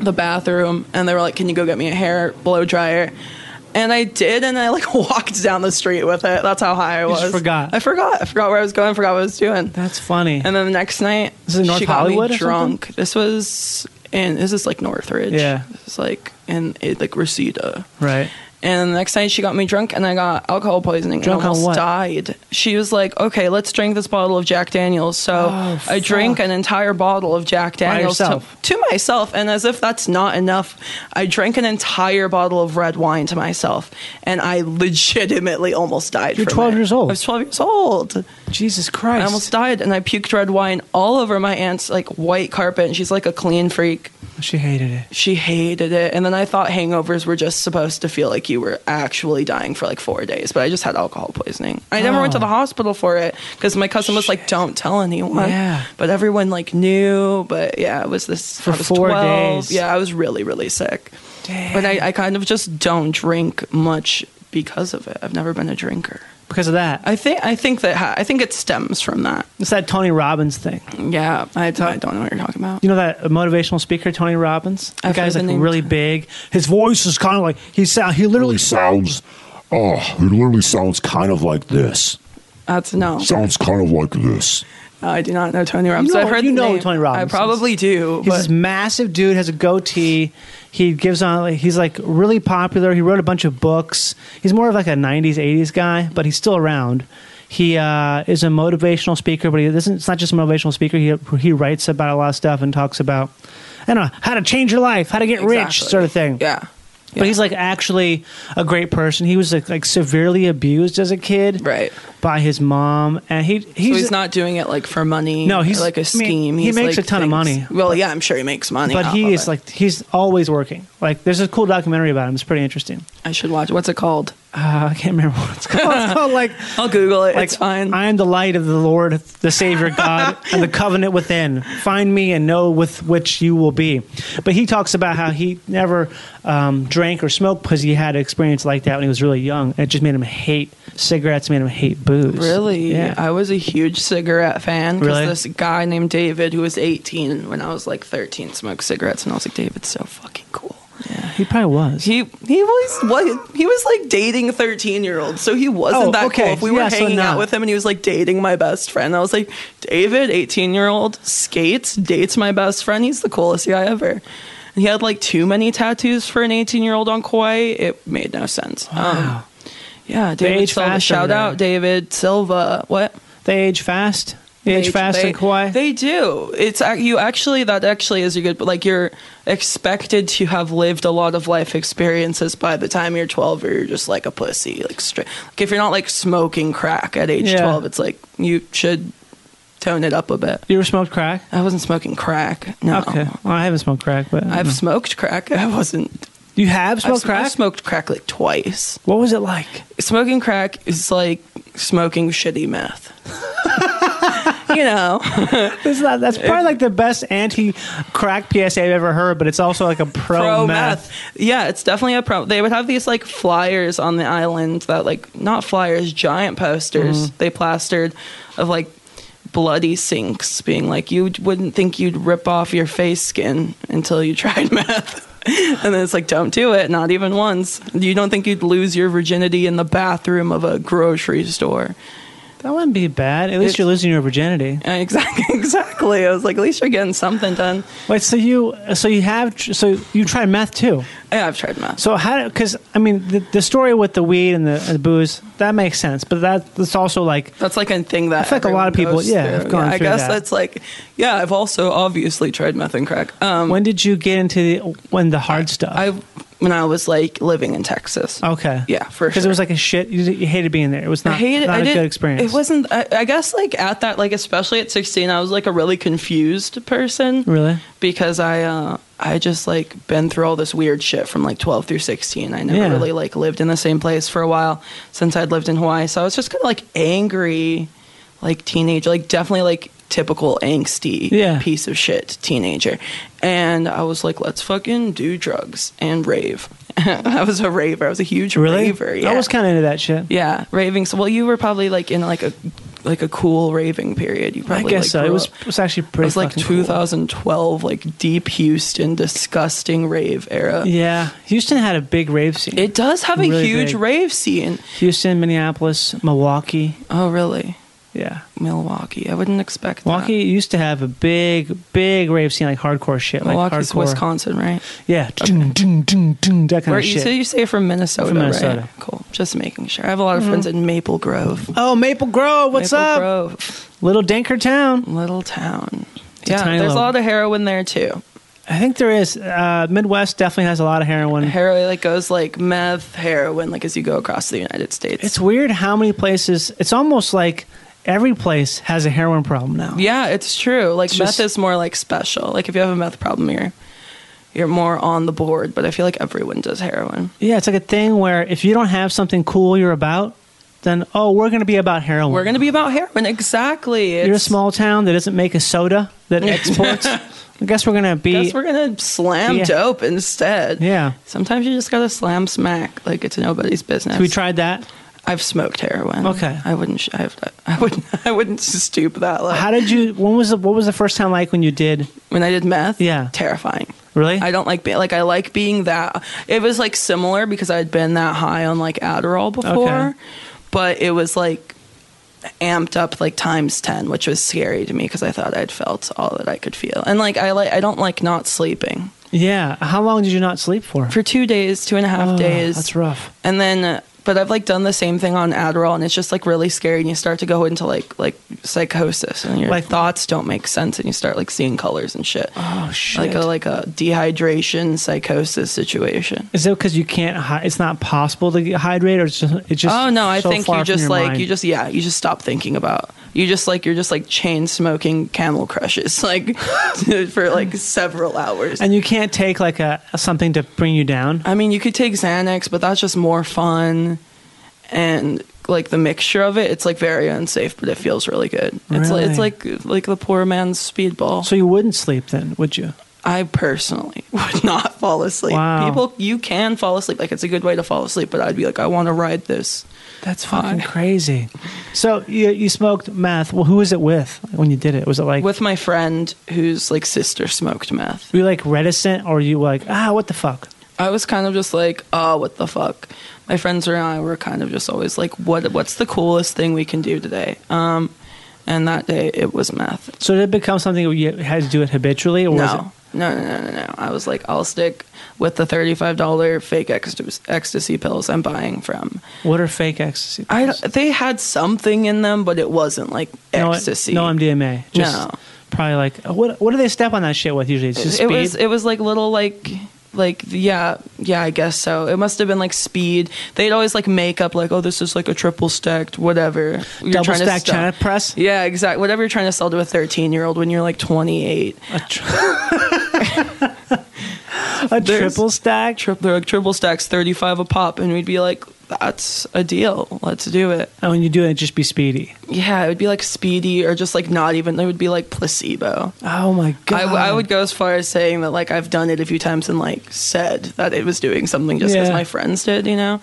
Speaker 5: the bathroom and they were like can you go get me a hair blow dryer and I did, and I like walked down the street with it. That's how high I was.
Speaker 4: just forgot.
Speaker 5: I forgot. I forgot where I was going. Forgot what I was doing.
Speaker 4: That's funny.
Speaker 5: And then the next night,
Speaker 4: This is in North
Speaker 5: she got
Speaker 4: Hollywood
Speaker 5: me
Speaker 4: or something?
Speaker 5: drunk. This was in. This is like Northridge.
Speaker 4: Yeah.
Speaker 5: This is like in it, like Reseda.
Speaker 4: right.
Speaker 5: And the next night she got me drunk and I got alcohol poisoning
Speaker 4: Drunk
Speaker 5: and
Speaker 4: on
Speaker 5: almost
Speaker 4: what?
Speaker 5: died. She was like, okay, let's drink this bottle of Jack Daniels. So
Speaker 4: Oh,
Speaker 5: I drank
Speaker 4: fuck.
Speaker 5: an entire bottle of Jack Daniels to,
Speaker 4: yourself?
Speaker 5: to myself. And as if that's not enough, I drank an entire bottle of red wine to myself. And I legitimately almost died.
Speaker 4: You're
Speaker 5: from
Speaker 4: 12
Speaker 5: it.
Speaker 4: years old.
Speaker 5: I was 12 years old.
Speaker 4: Jesus Christ.
Speaker 5: I almost died and I puked red wine all over my aunt's like white carpet. And she's like a clean freak
Speaker 4: Oh, She hated it.
Speaker 5: she hated it. And then I thought hangovers were just supposed to feel like you were actually dying for like four days, but I just had alcohol poisoning. I never went to
Speaker 4: Oh.
Speaker 5: the hospital for it because my cousin was like, "Don't tell anyone."
Speaker 4: Yeah.
Speaker 5: But everyone like knew. But yeah, it was this
Speaker 4: For
Speaker 5: I was
Speaker 4: four
Speaker 5: 12.
Speaker 4: days.
Speaker 5: Yeah, I was really really sick. But I, I kind of just don't drink much because of it. I've never been a drinker.
Speaker 4: because of that.
Speaker 5: I think I think that ha- I think it stems from that.
Speaker 4: It's that Tony Robbins thing.
Speaker 5: Yeah, I, t- I don't know what you're talking about.
Speaker 4: You know that motivational speaker Tony Robbins? The
Speaker 5: I've
Speaker 4: guy's
Speaker 5: heard the
Speaker 4: like
Speaker 5: name.
Speaker 4: really big. His voice is kind of like he sound. He literally
Speaker 2: It sounds, oh, it literally sounds kind of like this.
Speaker 5: That's no.
Speaker 2: Sounds kind of like this.
Speaker 5: Oh, I do not know Tony Robbins.
Speaker 4: know-
Speaker 5: I've heard
Speaker 4: you
Speaker 5: the
Speaker 4: know
Speaker 5: name.
Speaker 4: Tony Robbins.
Speaker 5: I probably do.
Speaker 4: He's
Speaker 5: but
Speaker 4: this massive dude, has a goatee. He gives on. like, He's like really popular. He wrote a bunch of books. He's more of like a '90s, '80s guy, but he's still around. He uh, is a motivational speaker, but he doesn't. It's not just a motivational speaker. He he writes about a lot of stuff and talks about, I don't know, how to change your life, how to get rich,
Speaker 5: Exactly.
Speaker 4: sort of thing.
Speaker 5: Yeah.
Speaker 4: But he's like actually a great person. He was like, like severely abused as a kid,
Speaker 5: Right.
Speaker 4: by his mom, and he he's,
Speaker 5: so he's not doing it like for money.
Speaker 4: No,
Speaker 5: or,
Speaker 4: he's-
Speaker 5: like
Speaker 4: I mean,
Speaker 5: a scheme.
Speaker 4: he
Speaker 5: he's,
Speaker 4: makes
Speaker 5: like,
Speaker 4: a ton of
Speaker 5: things-
Speaker 4: money,
Speaker 5: Well, yeah, I'm sure he makes money.
Speaker 4: But
Speaker 5: off
Speaker 4: he
Speaker 5: of
Speaker 4: is
Speaker 5: it.
Speaker 4: like he's always working. Like there's a cool documentary about him. It's pretty interesting.
Speaker 5: I should watch. What's it called?
Speaker 4: Uh, I can't remember what it's called. It's called like
Speaker 5: I'll Google it.
Speaker 4: like
Speaker 5: it's fine.
Speaker 4: I am the light of the Lord, the Savior God, and the covenant within. Find me and know with which you will be. But he talks about how he never um, drank or smoked because he had an experience like that when he was really young. And it just made him hate cigarettes, made him hate booze.
Speaker 5: Really?
Speaker 4: Yeah.
Speaker 5: I was a huge cigarette fan because
Speaker 4: Really?
Speaker 5: this guy named David, who was 18 when I was like 13, smoked cigarettes, and I was like, David's so fucking cool.
Speaker 4: he probably was.
Speaker 5: He he was what he was like dating 13 year olds, so he wasn't
Speaker 4: Oh,
Speaker 5: that
Speaker 4: okay.
Speaker 5: cool. If we were
Speaker 4: Yeah, so
Speaker 5: hanging
Speaker 4: not-
Speaker 5: out with him and he was like dating my best friend, I was like, David, 18 year old, skates, dates my best friend. He's the coolest guy ever. And he had like too many tattoos for an 18 year old on Kauai. It made no sense. Um, yeah, David
Speaker 4: age
Speaker 5: Silva.
Speaker 4: fast over
Speaker 5: Shout
Speaker 4: there.
Speaker 5: out David Silva. What?
Speaker 4: they age fast. They age fast
Speaker 5: they,
Speaker 4: in Kauai.
Speaker 5: They do. It's ac- you actually that actually is a good like you're expected to have lived a lot of life experiences by the time you're 12 or you're just like a pussy like straight. Like if you're not like smoking crack at age
Speaker 4: Yeah.
Speaker 5: 12 it's like you should tone it up a bit.
Speaker 4: you ever smoked crack?
Speaker 5: I wasn't smoking crack. No.
Speaker 4: Okay. Well, I haven't smoked crack, but
Speaker 5: I've smoked crack. I wasn't
Speaker 4: you have
Speaker 5: I've,
Speaker 4: smoked
Speaker 5: sm-
Speaker 4: crack.
Speaker 5: I've smoked crack like twice.
Speaker 4: what was it like?
Speaker 5: Smoking crack is like smoking shitty meth. you know.
Speaker 4: It's not, that's probably like the best anti-crack PSA I've ever heard, but it's also like a pro,
Speaker 5: pro
Speaker 4: meth.
Speaker 5: meth. Yeah, it's definitely a pro. They would have these like flyers on the island that like not flyers, giant posters they plastered of like bloody sinks being like you wouldn't think you'd rip off your face skin until you tried meth. And then it's like, don't do it, not even once. You don't think you'd lose your virginity in the bathroom of a grocery store.
Speaker 4: That wouldn't be bad. At least
Speaker 5: It's-
Speaker 4: you're losing your virginity.
Speaker 5: And exactly, exactly. I was like, at least you're getting something done.
Speaker 4: Wait, so you, so you have, tr- so you tried meth too.
Speaker 5: Yeah, I've tried meth.
Speaker 4: So how? Because I mean, the, the story with the weed and the, and the booze that makes sense, but that that's also like
Speaker 5: That's like a thing that I
Speaker 4: feel like a lot of people, yeah, have gone
Speaker 5: I
Speaker 4: through
Speaker 5: guess
Speaker 4: that.
Speaker 5: that's like, yeah, I've also obviously tried meth and crack. Um,
Speaker 4: when did you get into the when the hard stuff?
Speaker 5: I when I was like living in Texas.
Speaker 4: okay,
Speaker 5: Yeah, for
Speaker 4: because it
Speaker 5: sure.
Speaker 4: was like a shit. You, you hated being there. It was not,
Speaker 5: I hated.
Speaker 4: not
Speaker 5: I
Speaker 4: a
Speaker 5: didn't.
Speaker 4: good experience.
Speaker 5: It wasn't. I, I guess like at that, like especially at sixteen, I was like a really confused person.
Speaker 4: really.
Speaker 5: because I uh, I just like been through all this weird shit from like 12 through 16. I never
Speaker 4: Yeah.
Speaker 5: really like lived in the same place for a while since I'd lived in Hawaii. So I was just kind of like angry, like teenager, like definitely like typical angsty
Speaker 4: Yeah.
Speaker 5: piece of shit teenager. And I was like, let's fucking do drugs and rave. I was a raver. I was a huge
Speaker 4: Really?
Speaker 5: raver. Yeah.
Speaker 4: I was kind of into that shit.
Speaker 5: yeah, raving. So well, you were probably like in like a like a cool raving period. You
Speaker 4: I
Speaker 5: probably
Speaker 4: guess
Speaker 5: like,
Speaker 4: so. It
Speaker 5: grew
Speaker 4: was,
Speaker 5: up.
Speaker 4: it was actually
Speaker 5: It
Speaker 4: pretty.
Speaker 5: was like
Speaker 4: fucking cool.
Speaker 5: 2012, like deep Houston, disgusting rave era.
Speaker 4: Yeah, Houston had a big rave scene.
Speaker 5: It does have a
Speaker 4: Really
Speaker 5: huge
Speaker 4: big.
Speaker 5: rave scene.
Speaker 4: Houston, Minneapolis, Milwaukee.
Speaker 5: Oh, really?
Speaker 4: Yeah,
Speaker 5: Milwaukee. I wouldn't expect
Speaker 4: Milwaukee used to have a big, big rave scene, like hardcore shit,
Speaker 5: that. Milwaukee's
Speaker 4: like hardcore.
Speaker 5: Wisconsin, right?
Speaker 4: Yeah, dun, dun, dun, dun, that kind
Speaker 5: Where
Speaker 4: of
Speaker 5: you
Speaker 4: shit.
Speaker 5: say you say you're from Minnesota,
Speaker 4: From Minnesota.
Speaker 5: right? Cool. Just making sure. I have a lot of friends in Maple Grove.
Speaker 4: oh, Maple Grove, what's
Speaker 5: Maple
Speaker 4: up?
Speaker 5: Grove,
Speaker 4: Little Dinker Town.
Speaker 5: little town.
Speaker 4: a
Speaker 5: yeah,
Speaker 4: tiny
Speaker 5: there's
Speaker 4: little-
Speaker 5: a lot of heroin there too.
Speaker 4: I think there is. Uh, Midwest definitely has a lot of heroin.
Speaker 5: Heroin like goes like meth, heroin, like as you go across the United States.
Speaker 4: it's weird how many places. It's almost like every place has a heroin problem now.
Speaker 5: Yeah, it's true. Like
Speaker 4: It's
Speaker 5: meth
Speaker 4: just-
Speaker 5: is more like special. Like if you have a meth problem, you're you're more on the board. But I feel like everyone does heroin.
Speaker 4: Yeah, it's like a thing where if you don't have something cool you're about, then oh, we're going to be about heroin.
Speaker 5: We're going to be about heroin. Exactly.
Speaker 4: You're a
Speaker 5: It's-
Speaker 4: small town that doesn't make a soda that exports. I guess we're going to be.
Speaker 5: Guess we're gonna slam
Speaker 4: Yeah.
Speaker 5: dope instead.
Speaker 4: yeah.
Speaker 5: Sometimes you just gotta slam smack like it's nobody's business.
Speaker 4: So we tried that.
Speaker 5: I've smoked heroin.
Speaker 4: Okay.
Speaker 5: I wouldn't. sh- I've, I wouldn't. I wouldn't stoop that low.
Speaker 4: How did you? When was the, what was the first time like when you did?
Speaker 5: when I did meth,
Speaker 4: Yeah.
Speaker 5: terrifying.
Speaker 4: Really?
Speaker 5: I don't like being like I like being that. It was like similar because I had been that high on like Adderall before,
Speaker 4: Okay.
Speaker 5: but it was like amped up like times ten, which was scary to me because I thought I'd felt all that I could feel, and like I like I don't like not sleeping
Speaker 4: Yeah. How long did you not sleep for?
Speaker 5: for two days, two and a half
Speaker 4: Oh,
Speaker 5: days.
Speaker 4: That's rough.
Speaker 5: and then uh, but i've like done the same thing on adderall and it's just like really scary and you start to go into like like psychosis and your
Speaker 4: Like-
Speaker 5: thoughts don't make sense and you start like seeing colors and shit
Speaker 4: Oh shit.
Speaker 5: like a like a dehydration psychosis situation
Speaker 4: Is it because you can't? Hi- it's not possible to get- hydrate, or it's just? It's just
Speaker 5: oh no i
Speaker 4: so
Speaker 5: think
Speaker 4: far
Speaker 5: you
Speaker 4: from
Speaker 5: just
Speaker 4: your
Speaker 5: like
Speaker 4: mind?
Speaker 5: you just yeah you just stop thinking about you just like you're just like chain smoking camel crushes like for like several hours
Speaker 4: and you can't take like a something to bring you down.
Speaker 5: I mean, you could take Xanax, but that's just more fun. And like the mixture of it, it's like very unsafe, but it feels really good. It's like, it's like like the poor man's speedball.
Speaker 4: So you wouldn't sleep then, would you?
Speaker 5: I personally would not fall asleep.
Speaker 4: Wow.
Speaker 5: People, you can fall asleep. Like it's a good way to fall asleep, but I'd be like, I want to ride this.
Speaker 4: That's fucking crazy. So you you smoked meth. Well, who was it with when you did it? Was it like
Speaker 5: With my friend whose like sister smoked meth.
Speaker 4: were you like reticent or you like ah what the fuck?
Speaker 5: I was kind of just like, oh, what the fuck. My friends and I were kind of just always like, what? What's the coolest thing we can do today? Um, and that day it was meth.
Speaker 4: So did it become something where you had to do it habitually, or was
Speaker 5: no. No, no, no, no, no. I was like, I'll stick with the thirty-five dollar fake ecstas- ecstasy pills I'm buying from.
Speaker 4: it what are fake ecstasy?
Speaker 5: I
Speaker 4: pills?
Speaker 5: don't- they had something in them, but it wasn't like
Speaker 4: no,
Speaker 5: ecstasy.
Speaker 4: No MDMA. Just
Speaker 5: No.
Speaker 4: probably like what what do they step on that shit with usually? It's just
Speaker 5: it
Speaker 4: speed.
Speaker 5: was it was like little like like yeah yeah I guess so. It must have been like speed. They'd always like make up like oh this is like a triple stacked whatever. You're
Speaker 4: Double
Speaker 5: trying to
Speaker 4: stack
Speaker 5: sell-
Speaker 4: China press.
Speaker 5: Yeah, exactly. Whatever you're trying to sell to a 13 year old when you're like 28.
Speaker 4: A, tri- a
Speaker 5: There's-
Speaker 4: triple stack.
Speaker 5: Tri- they're like triple stacks, 35 a pop, and we'd be like, that's a deal. Let's do it.
Speaker 4: and when you do it, it'd just be speedy.
Speaker 5: Yeah, it would be like speedy or just like not even. It would be like placebo.
Speaker 4: Oh my
Speaker 5: I,
Speaker 4: god!
Speaker 5: w- I would go as far as saying that like I've done it a few times and like said that it was doing something just because
Speaker 4: Yeah.
Speaker 5: my friends did, you know?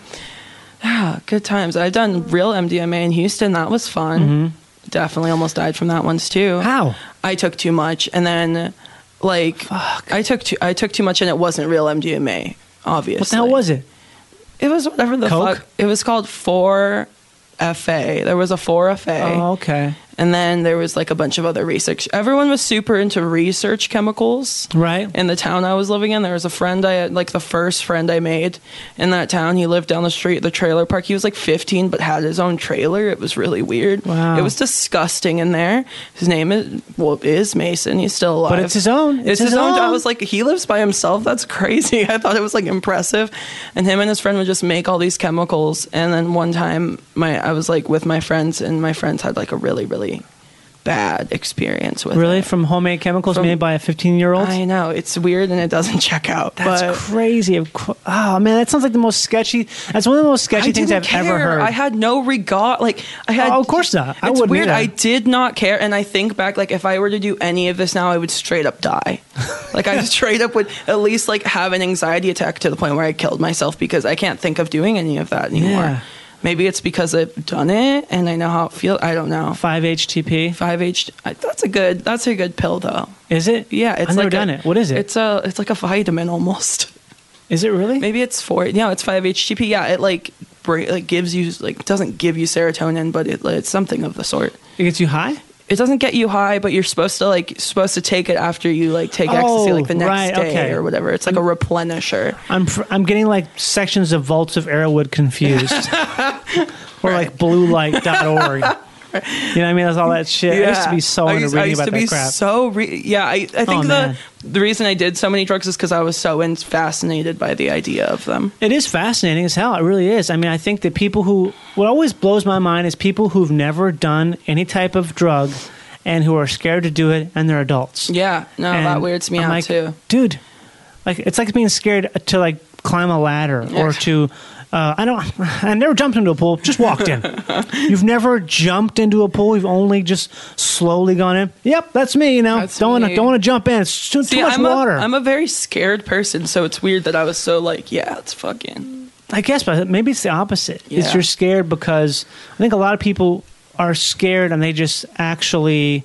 Speaker 5: Yeah, good times. I've done real MDMA in Houston. That was fun. Definitely almost died from that once too.
Speaker 4: Mm-hmm. How?
Speaker 5: I took too much, and then like I took too I took too much, and it wasn't real MDMA. Obviously,
Speaker 4: What the hell was it?
Speaker 5: It was whatever the
Speaker 4: Coke?
Speaker 5: fuck. It was called four FA. There was a four FA,
Speaker 4: Oh, okay.
Speaker 5: and then there was like a bunch of other research. Everyone was super into research chemicals.
Speaker 4: Right.
Speaker 5: In the town I was living in, there was a friend I had, like the first friend I made in that town. He lived down the street, at the trailer park. He was like 15, but had his own trailer. It was really weird.
Speaker 4: Wow.
Speaker 5: It was disgusting in there. His name is well is Mason. He's still alive,
Speaker 4: But it's his own.
Speaker 5: It's, his, own. I was like, he lives by himself. That's crazy. I thought it was like impressive. And him and his friend would just make all these chemicals. And then one time, my I was like with my friends, and my friends had like a really really bad experience with
Speaker 4: really
Speaker 5: it.
Speaker 4: from homemade chemicals
Speaker 5: From-
Speaker 4: made by a 15 year old.
Speaker 5: I know it's weird and it doesn't check out.
Speaker 4: That's
Speaker 5: but
Speaker 4: crazy. Of cou- Oh man, that sounds like the most sketchy. That's one of the most sketchy
Speaker 5: I
Speaker 4: things
Speaker 5: didn't
Speaker 4: I've ever
Speaker 5: care.
Speaker 4: heard.
Speaker 5: I had no regard. Like I had.
Speaker 4: Oh, of course not. I
Speaker 5: it's
Speaker 4: wouldn't
Speaker 5: weird.
Speaker 4: either.
Speaker 5: I did not care, and I think back. Like if I were to do any of this now, I would straight up die. like I straight up would at least like have an anxiety attack to the point where I killed myself because I can't think of doing any of that anymore.
Speaker 4: Yeah.
Speaker 5: Maybe it's because I've done it and I know how it feels. I don't know.
Speaker 4: 5-HTP.
Speaker 5: Five H. That's a good. That's a good pill though.
Speaker 4: Is it?
Speaker 5: Yeah, it's
Speaker 4: I've never
Speaker 5: like
Speaker 4: done
Speaker 5: a-
Speaker 4: it. What is it?
Speaker 5: It's a. It's like a vitamin almost.
Speaker 4: is it really?
Speaker 5: Maybe it's four. Yeah, it's five HTP. Yeah, it like bra- like gives you like doesn't give you serotonin, but it, it's something of the sort.
Speaker 4: It gets you high.
Speaker 5: It doesn't get you high, but you're supposed to like supposed to take it after you like take ecstasy
Speaker 4: Oh,
Speaker 5: like the next
Speaker 4: right,
Speaker 5: day
Speaker 4: okay. Mm.
Speaker 5: or whatever. It's like a replenisher.
Speaker 4: I'm fr- I'm getting like sections of vaults of Arrowwood confused, or like bluelight.org. You know what I mean? That's all that shit. I used to be so
Speaker 5: I
Speaker 4: into
Speaker 5: used, I
Speaker 4: reading
Speaker 5: used
Speaker 4: about
Speaker 5: to
Speaker 4: that
Speaker 5: be
Speaker 4: crap.
Speaker 5: so re- yeah. I, I think
Speaker 4: Oh,
Speaker 5: the
Speaker 4: man.
Speaker 5: the reason I did so many drugs is because I was so in- fascinated by the idea of them.
Speaker 4: It is fascinating as hell. It really is. I mean, I think that people who what always blows my mind is people who've never done any type of drug and who are scared to do it, and they're adults.
Speaker 5: Yeah, no,
Speaker 4: And
Speaker 5: that weirds me
Speaker 4: I'm
Speaker 5: out
Speaker 4: like,
Speaker 5: too.
Speaker 4: Dude, like it's like being scared to like climb a ladder
Speaker 5: Yeah.
Speaker 4: or to Uh, I don't. I never jumped into a pool. Just walked in. You've never jumped into a pool. You've only just slowly gone in. Yep, that's me. You know,
Speaker 5: That's
Speaker 4: don't want to
Speaker 5: me.
Speaker 4: don't want to jump in. It's too, too much
Speaker 5: I'm
Speaker 4: water.
Speaker 5: A, I'm a very scared person, so it's weird that I was so like, yeah, it's fucking.
Speaker 4: I guess, but maybe it's the opposite. It's
Speaker 5: Yeah.
Speaker 4: you're scared because I think a lot of people are scared and they just actually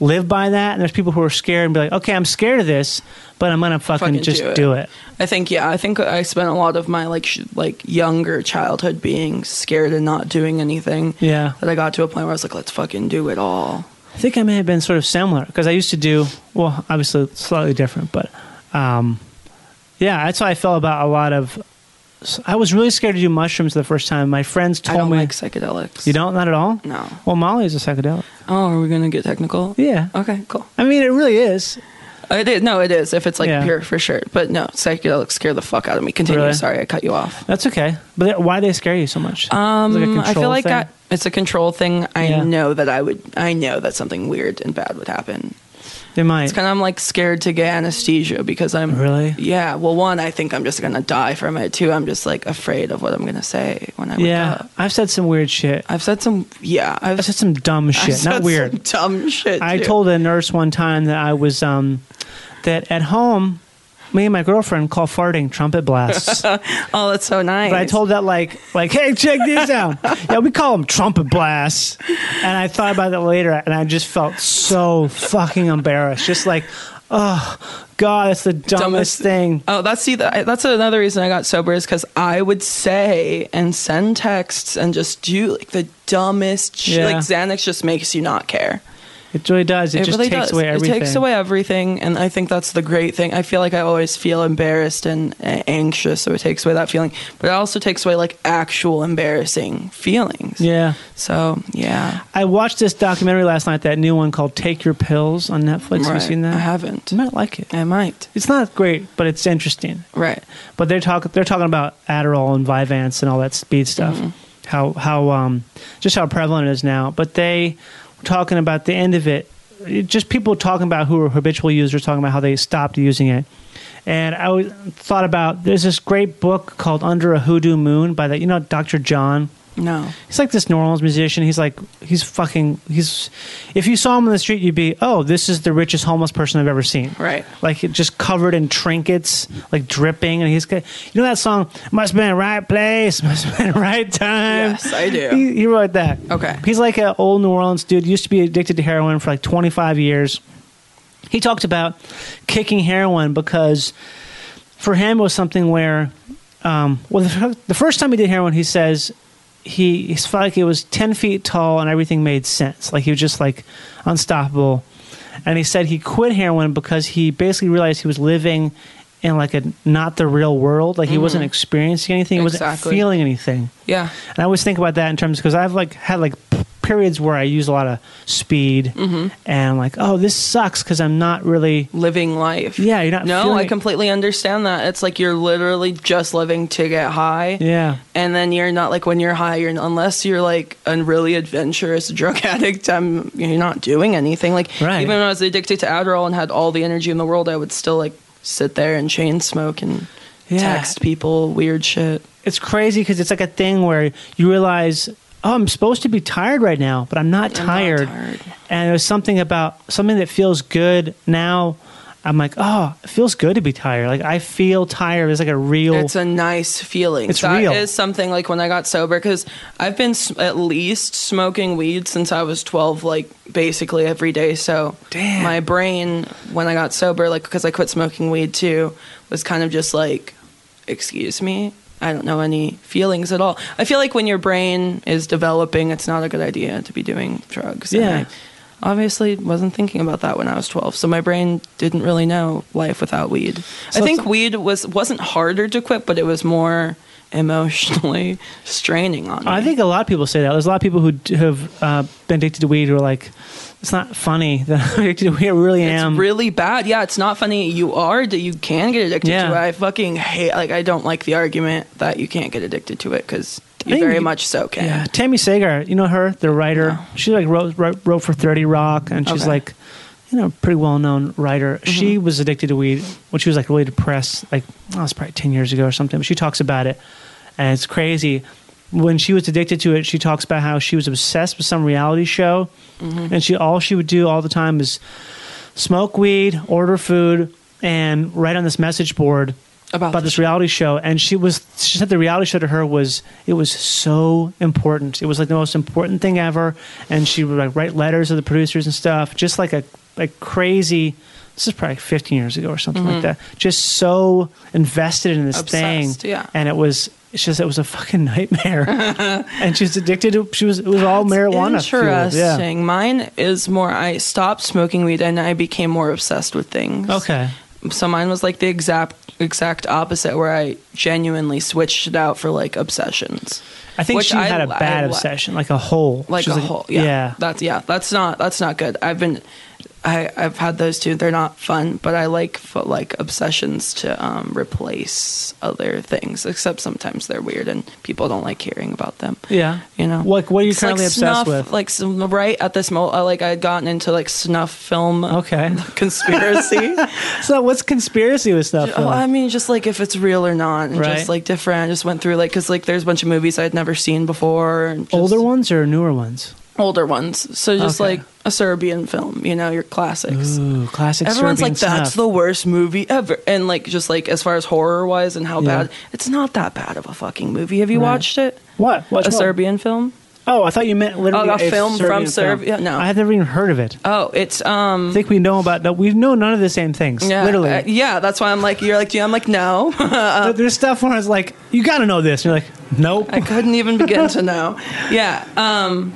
Speaker 4: live by that. And there's people who are scared and be like, okay, I'm scared of this, but I'm gonna fucking,
Speaker 5: Fucking
Speaker 4: just
Speaker 5: do it."
Speaker 4: do it.
Speaker 5: I think yeah, I think I spent a lot of my like sh- like younger childhood being scared and not doing anything.
Speaker 4: Yeah.
Speaker 5: That I got to a point where I was like, let's fucking do it all.
Speaker 4: I think I may have been sort of similar because I used to do well, obviously slightly different, but um, yeah, that's how I felt about a lot of. I was really scared to do mushrooms the first time. My friends
Speaker 5: I
Speaker 4: told
Speaker 5: don't
Speaker 4: me
Speaker 5: like psychedelics.
Speaker 4: you don't, not at all.
Speaker 5: No.
Speaker 4: Well, Molly is a psychedelic.
Speaker 5: Oh, are we gonna get technical?
Speaker 4: Yeah.
Speaker 5: Okay, cool. Uh,
Speaker 4: I mean, it really is.
Speaker 5: It is, no, it is if it's like
Speaker 4: Yeah.
Speaker 5: pure for sure. But no, psychedelics scare the fuck out of me. Continue.
Speaker 4: Really?
Speaker 5: Sorry, I cut you off.
Speaker 4: That's okay. But th- why they scare you so much? Um,
Speaker 5: Mm, I feel like I, it's a control thing. I
Speaker 4: Yeah.
Speaker 5: know that I would. I know that something weird and bad would happen.
Speaker 4: they might.
Speaker 5: It's kind of I'm like scared to get anesthesia because I'm
Speaker 4: Really?
Speaker 5: yeah. Well, one, I think I'm just gonna die from it. Two, I'm just like afraid of what I'm gonna say when I wake
Speaker 4: yeah,
Speaker 5: up.
Speaker 4: I've said some weird shit.
Speaker 5: I've said some yeah. I've,
Speaker 4: I've said some dumb
Speaker 5: I've
Speaker 4: shit.
Speaker 5: said
Speaker 4: Not
Speaker 5: some
Speaker 4: weird.
Speaker 5: dumb shit.
Speaker 4: I
Speaker 5: too.
Speaker 4: told a nurse one time that I was um, that at home, me and my girlfriend call farting trumpet blasts. but
Speaker 5: Oh, that's so nice.
Speaker 4: I told that like like hey, check this out. yeah, we call them trumpet blasts. And I thought about that later, and I just felt so fucking embarrassed. Just like, oh god, that's the dumbest, thing.
Speaker 5: Oh, that's see, that- that's another reason I got sober is because I would say and send texts and just do like the dumbest. sh-
Speaker 4: Yeah.
Speaker 5: Like Xanax just makes you not care.
Speaker 4: It really does. It,
Speaker 5: It,
Speaker 4: just
Speaker 5: really
Speaker 4: takes
Speaker 5: does.
Speaker 4: away everything.
Speaker 5: It takes away everything, and I think that's the great thing. I feel like I always feel embarrassed and uh, anxious, so it takes away that feeling. But it also takes away like actual embarrassing feelings.
Speaker 4: Yeah.
Speaker 5: So yeah,
Speaker 4: I watched this documentary last night, that new one called Take Your Pills on Netflix. Have you
Speaker 5: Right. Uh-huh.
Speaker 4: seen that?
Speaker 5: I haven't.
Speaker 4: You might like it.
Speaker 5: I might.
Speaker 4: It's not great, but it's interesting.
Speaker 5: Right.
Speaker 4: But they're talking they're talking about Adderall and Vyvanse and all that speed stuff. How how um just how prevalent it is now. But they were talking about the end of it. it- Just people talking about who are habitual users talking about how they stopped using it. And I was, thought about there's this great book called Under a Hoodoo Moon by the you know Dr. John
Speaker 5: No.
Speaker 4: He's like this New Orleans musician. He's like he's fucking he's. If you saw him on the street, you'd be oh, this is the richest homeless person I've ever seen.
Speaker 5: Right.
Speaker 4: Like it just covered in trinkets, like dripping, and he's got you know that song must have been right place, must have been right time.
Speaker 5: Yes, I do.
Speaker 4: He, he wrote that.
Speaker 5: Okay.
Speaker 4: He's like an old New Orleans dude. Used to be addicted to heroin for like 25 years. He talked about kicking heroin because for him it was something where um, well the, fir- the first time he did heroin he says he, he felt like he was 10 feet tall and everything made sense like he was just like unstoppable and he said he quit heroin because he basically realized he was living in like a not the real world like he wasn't experiencing anything he wasn't
Speaker 5: Mm-hmm. Exactly.
Speaker 4: feeling anything
Speaker 5: Yeah.
Speaker 4: and I always think about that in terms because I've like had like p- periods where I use a lot of speed
Speaker 5: Mm-hmm.
Speaker 4: and like oh this sucks because I'm not really
Speaker 5: Living life.
Speaker 4: Yeah, you're not
Speaker 5: No,
Speaker 4: feeling
Speaker 5: I
Speaker 4: it.
Speaker 5: completely understand that. It's like you're literally just living to get high.
Speaker 4: yeah
Speaker 5: and then you're not like when you're high you're unless you're like a really adventurous drug addict i'm you're not doing anything like
Speaker 4: Right.
Speaker 5: even when i was addicted to adderall and had all the energy in the world i would still like sit there and chain smoke and
Speaker 4: Yeah.
Speaker 5: text people weird shit
Speaker 4: it's crazy because it's like a thing where you realize oh i'm supposed to be tired right now but i'm not,
Speaker 5: I'm not
Speaker 4: tired.
Speaker 5: tired.
Speaker 4: and there's something about something that feels good now i'm like oh it feels good to be tired like i feel tired it's like a real
Speaker 5: It's a nice feeling.
Speaker 4: It's
Speaker 5: That
Speaker 4: real.
Speaker 5: is something like when I got sober because I've been s- at least smoking weed since I was 12, like basically every day. So
Speaker 4: Damn.
Speaker 5: my brain, when I got sober, like because I quit smoking weed too, was kind of just like, excuse me. I don't know any feelings at all. I feel like when your brain is developing, it's not a good idea to be doing drugs. And
Speaker 4: Yeah.
Speaker 5: I obviously wasn't thinking about that when I was 12. So my brain didn't really know life without weed.
Speaker 4: So
Speaker 5: I
Speaker 4: it's-
Speaker 5: think weed was wasn't harder to quit, but it was more emotionally straining on me.
Speaker 4: I think a lot of people say that. There's a lot of people who d- have uh, been addicted to weed who are like, it's not funny that I'm addicted to weed. I really
Speaker 5: it's
Speaker 4: am.
Speaker 5: really bad. Yeah, it's not funny. You are that you can get addicted
Speaker 4: Yeah.
Speaker 5: to it. I fucking hate. Like I don't like the argument that you can't get addicted to it because
Speaker 4: I
Speaker 5: you
Speaker 4: think
Speaker 5: very
Speaker 4: you-
Speaker 5: much so can.
Speaker 4: yeah, Tammy Sagar, you know her, the writer. She like wrote, wrote wrote for Thirty Rock, and she's
Speaker 5: Okay.
Speaker 4: like, you know, pretty well known writer. She was addicted to weed when she was like really depressed, like oh, it's probably ten years ago or something. But she talks about it, and it's crazy. When she was addicted to it, she talks about how she was obsessed with some reality show, and she all she would do all the time is smoke weed, order food, and write on this message board
Speaker 5: About the
Speaker 4: this reality show. And she was she said the reality show to her was it was so important. It was like the most important thing ever. And she would like write letters to the producers and stuff, just like a like crazy. This is probably 15 years ago or something like that. Just so invested in this
Speaker 5: Mm-hmm. Obsessed,
Speaker 4: thing,
Speaker 5: yeah.
Speaker 4: And it was it's just it was a fucking nightmare. and she was addicted to she was it was all marijuana. fueled, yeah.
Speaker 5: Interesting. Mine is more. I stopped smoking weed and I became more obsessed with things.
Speaker 4: Okay.
Speaker 5: So mine was like the exact exact opposite, where I genuinely switched it out for like obsessions.
Speaker 4: I think
Speaker 5: Which
Speaker 4: she
Speaker 5: I
Speaker 4: had a
Speaker 5: li- I
Speaker 4: bad
Speaker 5: li-
Speaker 4: obsession, like a hole.
Speaker 5: like
Speaker 4: She was
Speaker 5: a whole yeah,
Speaker 4: yeah.
Speaker 5: that's yeah that's not that's not good i've been i i've had those two they're not fun but i like fo- like obsessions to um replace other things except sometimes they're weird and people don't like hearing about them
Speaker 4: Yeah.
Speaker 5: you know
Speaker 4: Like, what are you
Speaker 5: It's
Speaker 4: currently
Speaker 5: like
Speaker 4: obsessed
Speaker 5: snuff,
Speaker 4: with?
Speaker 5: like some, right at this moment like i had gotten into like snuff film
Speaker 4: Okay.
Speaker 5: conspiracy
Speaker 4: So what's conspiracy with stuff? uh,
Speaker 5: Oh, I mean, just like if it's real or not, and
Speaker 4: Right.
Speaker 5: just like different. I just went through like because like there's a bunch of movies I'd never seen before. And just,
Speaker 4: Older ones or newer ones?
Speaker 5: older ones. So just
Speaker 4: Okay.
Speaker 5: like a Serbian film, you know, your classics.
Speaker 4: Ooh, classic.
Speaker 5: Everyone's
Speaker 4: Serbian
Speaker 5: like, that's
Speaker 4: snuff.
Speaker 5: the worst movie ever. And like, just like as far as horror wise and how
Speaker 4: Yeah.
Speaker 5: bad, it's not that bad of a fucking movie. Have you
Speaker 4: Right.
Speaker 5: watched it?
Speaker 4: what? What's
Speaker 5: a
Speaker 4: what?
Speaker 5: Serbian film?
Speaker 4: Oh, I thought you meant literally
Speaker 5: Oh, a
Speaker 4: a
Speaker 5: film from
Speaker 4: Serbian film.
Speaker 5: Serbia? No.
Speaker 4: I had never even heard of it.
Speaker 5: Oh, it's um.
Speaker 4: I think we know about. No, we know none of the same things.
Speaker 5: Yeah,
Speaker 4: literally,
Speaker 5: uh, yeah, that's why I'm like, you're like, do you? I'm like, no,
Speaker 4: There- there's stuff where I was like, you got to know this. And you're like, nope.
Speaker 5: I couldn't even begin to know. Yeah, um,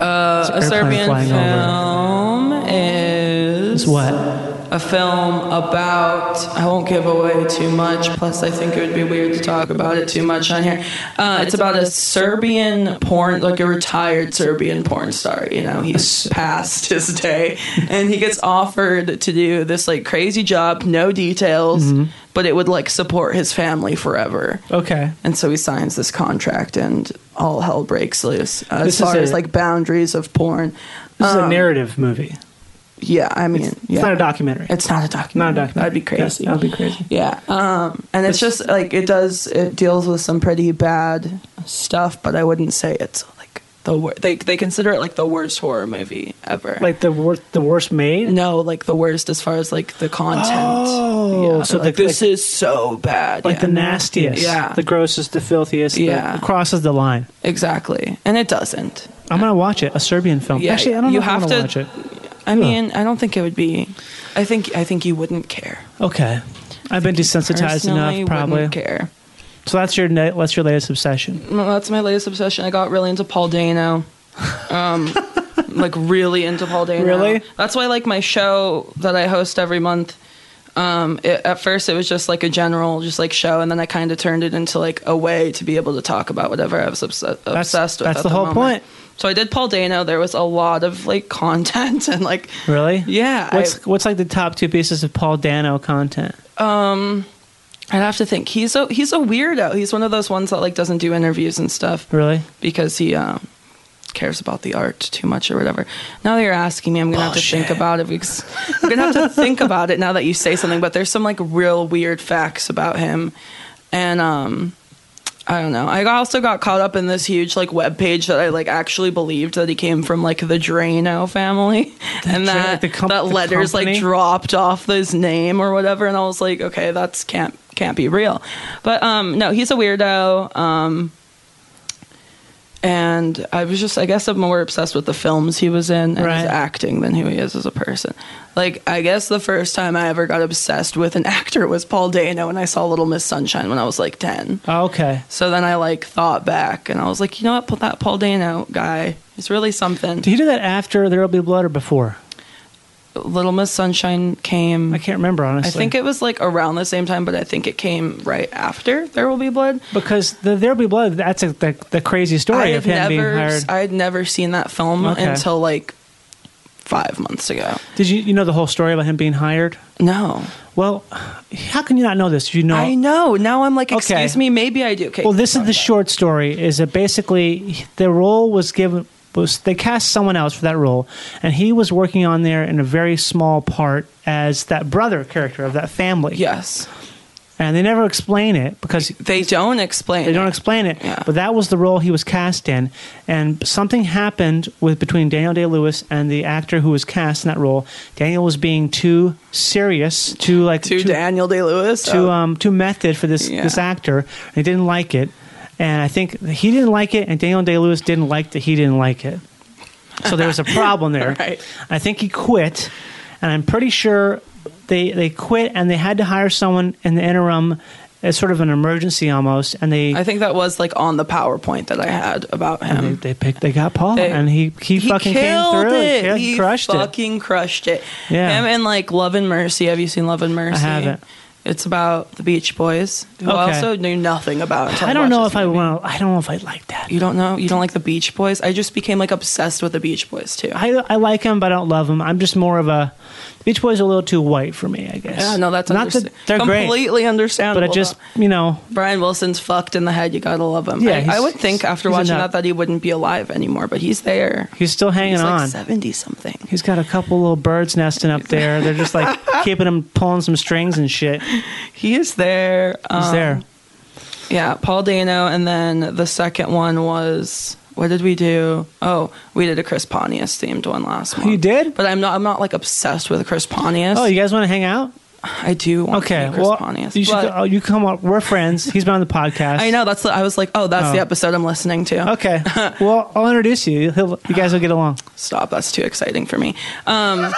Speaker 5: uh, a
Speaker 4: airplane
Speaker 5: Serbian
Speaker 4: flying
Speaker 5: film is
Speaker 4: It's what?
Speaker 5: a film about I won't give away too much plus I think it would be weird to talk about it too much on here uh, it's about a Serbian porn like a retired Serbian porn star you know he's past his day and he gets offered to do this like crazy job no details
Speaker 4: Mm-hmm.
Speaker 5: but it would like support his family forever
Speaker 4: Okay.
Speaker 5: and so he signs this contract and all hell breaks loose as
Speaker 4: This is
Speaker 5: far
Speaker 4: a-
Speaker 5: as like boundaries of porn
Speaker 4: This is a narrative movie. It's
Speaker 5: yeah I mean Um, yeah.
Speaker 4: not a documentary.
Speaker 5: It's not a documentary.
Speaker 4: Not a documentary.
Speaker 5: That'd be crazy.
Speaker 4: Yeah, that'd be crazy.
Speaker 5: Yeah. Um, and it's just like it does. It deals with some pretty bad stuff, but I wouldn't say it's like the worst. They they consider it like the worst horror movie ever.
Speaker 4: like the wor- the worst made.
Speaker 5: no, like the worst as far as like the content.
Speaker 4: Oh,
Speaker 5: yeah.
Speaker 4: so
Speaker 5: So like,
Speaker 4: like-
Speaker 5: this
Speaker 4: like-
Speaker 5: is so bad.
Speaker 4: Like
Speaker 5: Yeah.
Speaker 4: the nastiest,
Speaker 5: Yeah.
Speaker 4: the grossest, the filthiest, the-
Speaker 5: Yeah.
Speaker 4: it crosses the line.
Speaker 5: exactly, and it doesn't.
Speaker 4: I'm gonna watch it, a Serbian film.
Speaker 5: Yeah,
Speaker 4: Actually, I don't
Speaker 5: you
Speaker 4: know if
Speaker 5: have
Speaker 4: I'm gonna
Speaker 5: to-
Speaker 4: watch it.
Speaker 5: I mean, I don't think it would be. I think I think you wouldn't care.
Speaker 4: Okay, I've been desensitized
Speaker 5: Personally,
Speaker 4: enough, probably.
Speaker 5: wouldn't care.
Speaker 4: So that's your na- that's your latest obsession.
Speaker 5: Well, that's my latest obsession. I got really into Paul Dano. Um, like really into Paul Dano.
Speaker 4: Really?
Speaker 5: That's why like my show that I host every month. Um, it, at first it was just like a general, just like show, and then I kind of turned it into like a way to be able to talk about whatever I was obs- obsessed with.
Speaker 4: that's
Speaker 5: at
Speaker 4: the whole point.
Speaker 5: moment. So I did Paul Dano. There was a lot of like content and like
Speaker 4: Really?
Speaker 5: Yeah, I-
Speaker 4: What's what's like the top two pieces of Paul Dano content?
Speaker 5: I'd have to think. He's a he's a weirdo. He's one of those ones that like doesn't do interviews and stuff.
Speaker 4: Really?
Speaker 5: because he um, cares about the art too much or whatever. Now that you're asking me, I'm gonna have to
Speaker 4: Bullshit.
Speaker 5: think about it. Because I'm gonna have to think about it now that you say something. But there's some like real weird facts about him, and um, I don't know. I also got caught up in this huge like web page that I like actually believed that he came from like the Drano family, and
Speaker 4: Dra-
Speaker 5: that
Speaker 4: the com-
Speaker 5: that
Speaker 4: the
Speaker 5: letters
Speaker 4: company?
Speaker 5: like dropped off his name or whatever. And I was like, okay, that's can't can't be real. But um, no, he's a weirdo. Um, and I was just, I guess, I'm more obsessed with the films he was in and
Speaker 4: Right.
Speaker 5: his acting than who he is as a person. Like, I guess the first time I ever got obsessed with an actor was Paul Dano, and I saw Little Miss Sunshine when I was like ten.
Speaker 4: Oh, okay.
Speaker 5: So then I like thought back and I was like, you know what, Put that Paul Dano guy is really something.
Speaker 4: Did he do that after There'll Be Blood or before?
Speaker 5: Little Miss Sunshine came.
Speaker 4: I can't remember honestly.
Speaker 5: I think it was like around the same time, but I think it came right after There Will Be Blood.
Speaker 4: because the There'll Be Blood. That's a, the the crazy
Speaker 5: I
Speaker 4: story of
Speaker 5: had
Speaker 4: him being
Speaker 5: never,
Speaker 4: hired.
Speaker 5: I had never seen that film
Speaker 4: Okay.
Speaker 5: until like five months ago.
Speaker 4: Did you you know the whole story about him being hired?
Speaker 5: No,
Speaker 4: Well, how can you not know this? if You know.
Speaker 5: I know. Now I'm like, excuse
Speaker 4: Okay.
Speaker 5: me, maybe I do. Okay,
Speaker 4: Well, this is the short story. Is that basically the role was given was they cast someone else for that role, and he was working on there in a very small part as that brother character of that family.
Speaker 5: yes,
Speaker 4: and they never explain it because
Speaker 5: They don't explain.
Speaker 4: they don't
Speaker 5: it.
Speaker 4: explain it.
Speaker 5: Yeah.
Speaker 4: But that was the role he was cast in, and something happened with between Daniel Day Lewis and the actor who was cast in that role. Daniel was being too serious, too like
Speaker 5: to Daniel Oh, Day Lewis.
Speaker 4: too um too method for this
Speaker 5: Yeah.
Speaker 4: this actor. And he didn't like it, and I think he didn't like it, and Daniel Day Lewis didn't like that he didn't like it. So there was a problem there.
Speaker 5: Right.
Speaker 4: I think he quit, and I'm pretty sure they they quit, and they had to hire someone in the interim. as sort of an emergency almost, and they
Speaker 5: I think that was like on the PowerPoint that I had about him.
Speaker 4: and they, they picked, they got Paul,
Speaker 5: They-
Speaker 4: and he he, fucking came
Speaker 5: killed
Speaker 4: through.
Speaker 5: It.
Speaker 4: Yeah,
Speaker 5: He
Speaker 4: crushed it.
Speaker 5: fucking crushed it.
Speaker 4: Yeah.
Speaker 5: Him and like Love and Mercy. Have you seen Love and Mercy?
Speaker 4: haven't.
Speaker 5: It's about the Beach Boys, who
Speaker 4: Okay.
Speaker 5: I also knew nothing about. until
Speaker 4: I don't
Speaker 5: watched
Speaker 4: know
Speaker 5: this
Speaker 4: if I
Speaker 5: movie.
Speaker 4: want. I don't know if I like that.
Speaker 5: You don't know? You don't like the Beach Boys? I just became like obsessed with the Beach Boys too.
Speaker 4: I I like him, but I don't love him. I'm just more of a Beach Boys are a little too white for me, I guess.
Speaker 5: yeah, no, that's
Speaker 4: not
Speaker 5: understa-
Speaker 4: that they're great,
Speaker 5: completely understandable.
Speaker 4: but I just you know
Speaker 5: Brian Wilson's fucked in the head. You gotta love him.
Speaker 4: Yeah,
Speaker 5: I, I
Speaker 4: he's-
Speaker 5: would think
Speaker 4: he's-
Speaker 5: after
Speaker 4: he's a
Speaker 5: watching
Speaker 4: nut.
Speaker 5: that that he wouldn't be alive anymore, but he's there.
Speaker 4: he's still hanging
Speaker 5: He's
Speaker 4: on.
Speaker 5: like seventy something.
Speaker 4: He's got a couple little birds nesting up there. They're just like keeping him pulling some strings and shit. He's
Speaker 5: He is there. um,
Speaker 4: there.
Speaker 5: Yeah, Paul Dano, and then the second one was what did we do? Oh, we did a Chris Pontius themed one last month.
Speaker 4: You did?
Speaker 5: but I'm not. I'm not like obsessed with Chris Pontius.
Speaker 4: Oh, you guys want to hang out?
Speaker 5: I do. Want
Speaker 4: Okay,
Speaker 5: to do Chris
Speaker 4: well
Speaker 5: Pontius.
Speaker 4: you should.
Speaker 5: but-
Speaker 4: go- oh, you come up. We're friends. He's been on the podcast.
Speaker 5: I know. That's. The, I was like, oh, that's the episode I'm listening to.
Speaker 4: Okay. well, I'll introduce you. He'll, you guys will get along.
Speaker 5: Stop. That's too exciting for me. Um,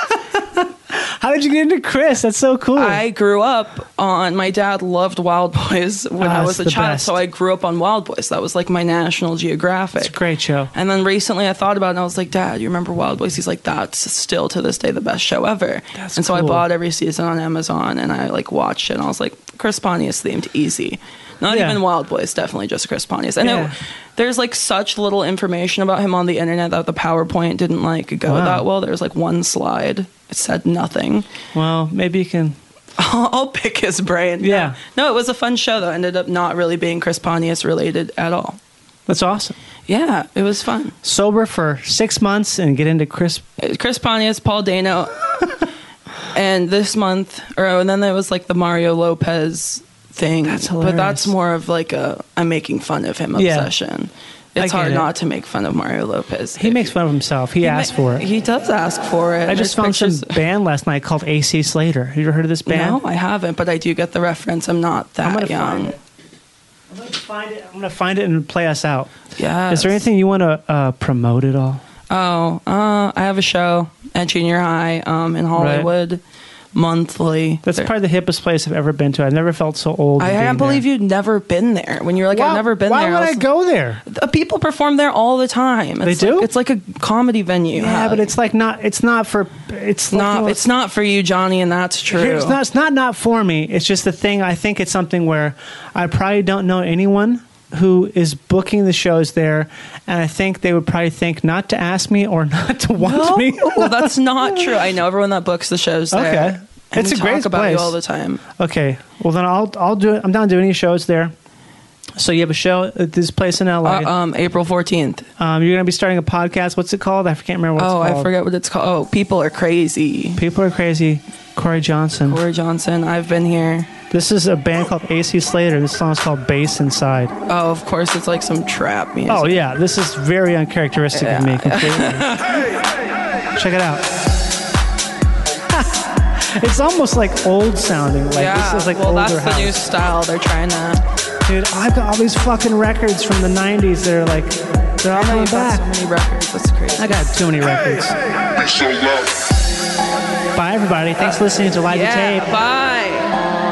Speaker 4: How did you get into Chris? That's so cool.
Speaker 5: I grew up on my dad loved Wild Boys when
Speaker 4: Ah,
Speaker 5: I
Speaker 4: it's
Speaker 5: was a
Speaker 4: the
Speaker 5: child,
Speaker 4: best.
Speaker 5: so I grew up on Wild Boys. That was like my National Geographic.
Speaker 4: it's a great show.
Speaker 5: And then recently I thought about it and I was like, Dad, you remember Wild Boys? He's like, That's still to this day the best show ever.
Speaker 4: That's
Speaker 5: and so I
Speaker 4: cool.
Speaker 5: bought every season on Amazon and I like watched it and I was like, Chris Pontius themed easy. Not
Speaker 4: Yeah.
Speaker 5: even Wild Boys, definitely just Chris Pontius. And
Speaker 4: Yeah.
Speaker 5: it, there's like such little information about him on the internet that the PowerPoint didn't like go
Speaker 4: Wow.
Speaker 5: that well. There was like one slide. It said nothing.
Speaker 4: Well, maybe you can.
Speaker 5: I'll, I'll pick his brain.
Speaker 4: Yeah.
Speaker 5: No, it was a fun show though. Ended up not really being Chris Pontius related at all.
Speaker 4: That's awesome.
Speaker 5: Yeah, it was fun.
Speaker 4: Sober for six months and get into Chris.
Speaker 5: Chris Pontius, Paul Dano, and this month, or and then there was like the Mario Lopez thing.
Speaker 4: That's
Speaker 5: But
Speaker 4: hilarious.
Speaker 5: that's more of like a I'm making fun of him
Speaker 4: Yeah.
Speaker 5: obsession.
Speaker 4: I
Speaker 5: It's
Speaker 4: get
Speaker 5: hard
Speaker 4: it.
Speaker 5: not to make fun of Mario Lopez.
Speaker 4: He makes fun of himself. He asked for it.
Speaker 5: He does ask for it.
Speaker 4: I just found
Speaker 5: There's
Speaker 4: some
Speaker 5: pictures-
Speaker 4: band last night called AC Slater. Have you ever heard of this band?
Speaker 5: No, I haven't, but I do get the reference. I'm not that
Speaker 4: gonna
Speaker 5: young.
Speaker 4: find it. I'm gonna find it. I'm gonna find it and play us out.
Speaker 5: Yeah.
Speaker 4: Is there anything you want to uh, promote at all?
Speaker 5: Oh, uh, I have a show at junior high um, in
Speaker 4: Right.
Speaker 5: Hollywood monthly.
Speaker 4: That's
Speaker 5: There-
Speaker 4: probably the hippest place I've ever been to. I've never felt so old.
Speaker 5: I can't believe you'd never been there. When you're like, I've never been
Speaker 4: why
Speaker 5: there.
Speaker 4: Why would I
Speaker 5: was-
Speaker 4: go there?
Speaker 5: Uh, People perform there all the time. It's
Speaker 4: They
Speaker 5: like-
Speaker 4: do?
Speaker 5: It's like a comedy venue.
Speaker 4: Yeah,
Speaker 5: Uh,
Speaker 4: but it's like not. It's not for. It's like-
Speaker 5: not. It's not for you, Johnny, and that's true.
Speaker 4: It's not. It's not not for me. It's just the thing. I think it's something where I probably don't know anyone who is booking the shows there, and I think they would probably think not to ask me or not to want me.
Speaker 5: well, that's not true. I know everyone that books the shows there.
Speaker 4: Okay.
Speaker 5: and
Speaker 4: It's
Speaker 5: we
Speaker 4: a great
Speaker 5: talk about you
Speaker 4: place.
Speaker 5: all the time.
Speaker 4: Okay. Well, then I'll I'll do it. I'm down to do any shows there. So you have a show at this place in LA.
Speaker 5: Uh, um, April fourteenth.
Speaker 4: um, you're going to be starting a podcast. What's it called? I can't remember what
Speaker 5: Oh,
Speaker 4: it's called.
Speaker 5: I forget what it's called. Oh, people are crazy.
Speaker 4: People are crazy. Corey Johnson.
Speaker 5: Corey Johnson. I've been here.
Speaker 4: This is a band called AC Slater. This song's called Bass Inside.
Speaker 5: Oh, of course, it's like some trap music.
Speaker 4: Oh yeah, this is very uncharacteristic of me. Completely. Check it out. it's almost like old sounding. Like this is like
Speaker 5: well,
Speaker 4: older
Speaker 5: that's
Speaker 4: house.
Speaker 5: the new style. They're trying to.
Speaker 4: Dude, I've got all these fucking records from the '90s that are like they're all coming
Speaker 5: They've got
Speaker 4: back.
Speaker 5: so many records. That's crazy.
Speaker 4: I got too many records.
Speaker 2: Be so loud.
Speaker 4: Bye, everybody. Thanks for listening to Live
Speaker 5: yeah.
Speaker 4: the
Speaker 5: Bye.
Speaker 4: Tape.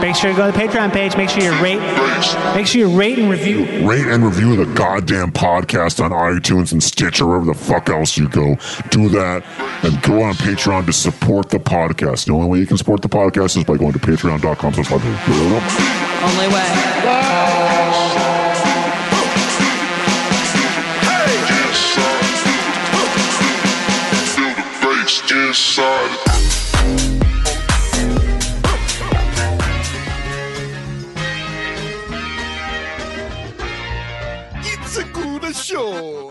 Speaker 4: Make sure to go to the Patreon page. Make sure you rate.
Speaker 2: Thanks.
Speaker 4: Make sure you rate and review.
Speaker 2: Rate and review the goddamn podcast on iTunes and Stitcher, wherever the fuck else you go. Do that and go on Patreon to support the podcast. The only way you can support the podcast is by going to patreon.com. slash-
Speaker 5: Only way.
Speaker 2: Inside.
Speaker 9: It's a good show.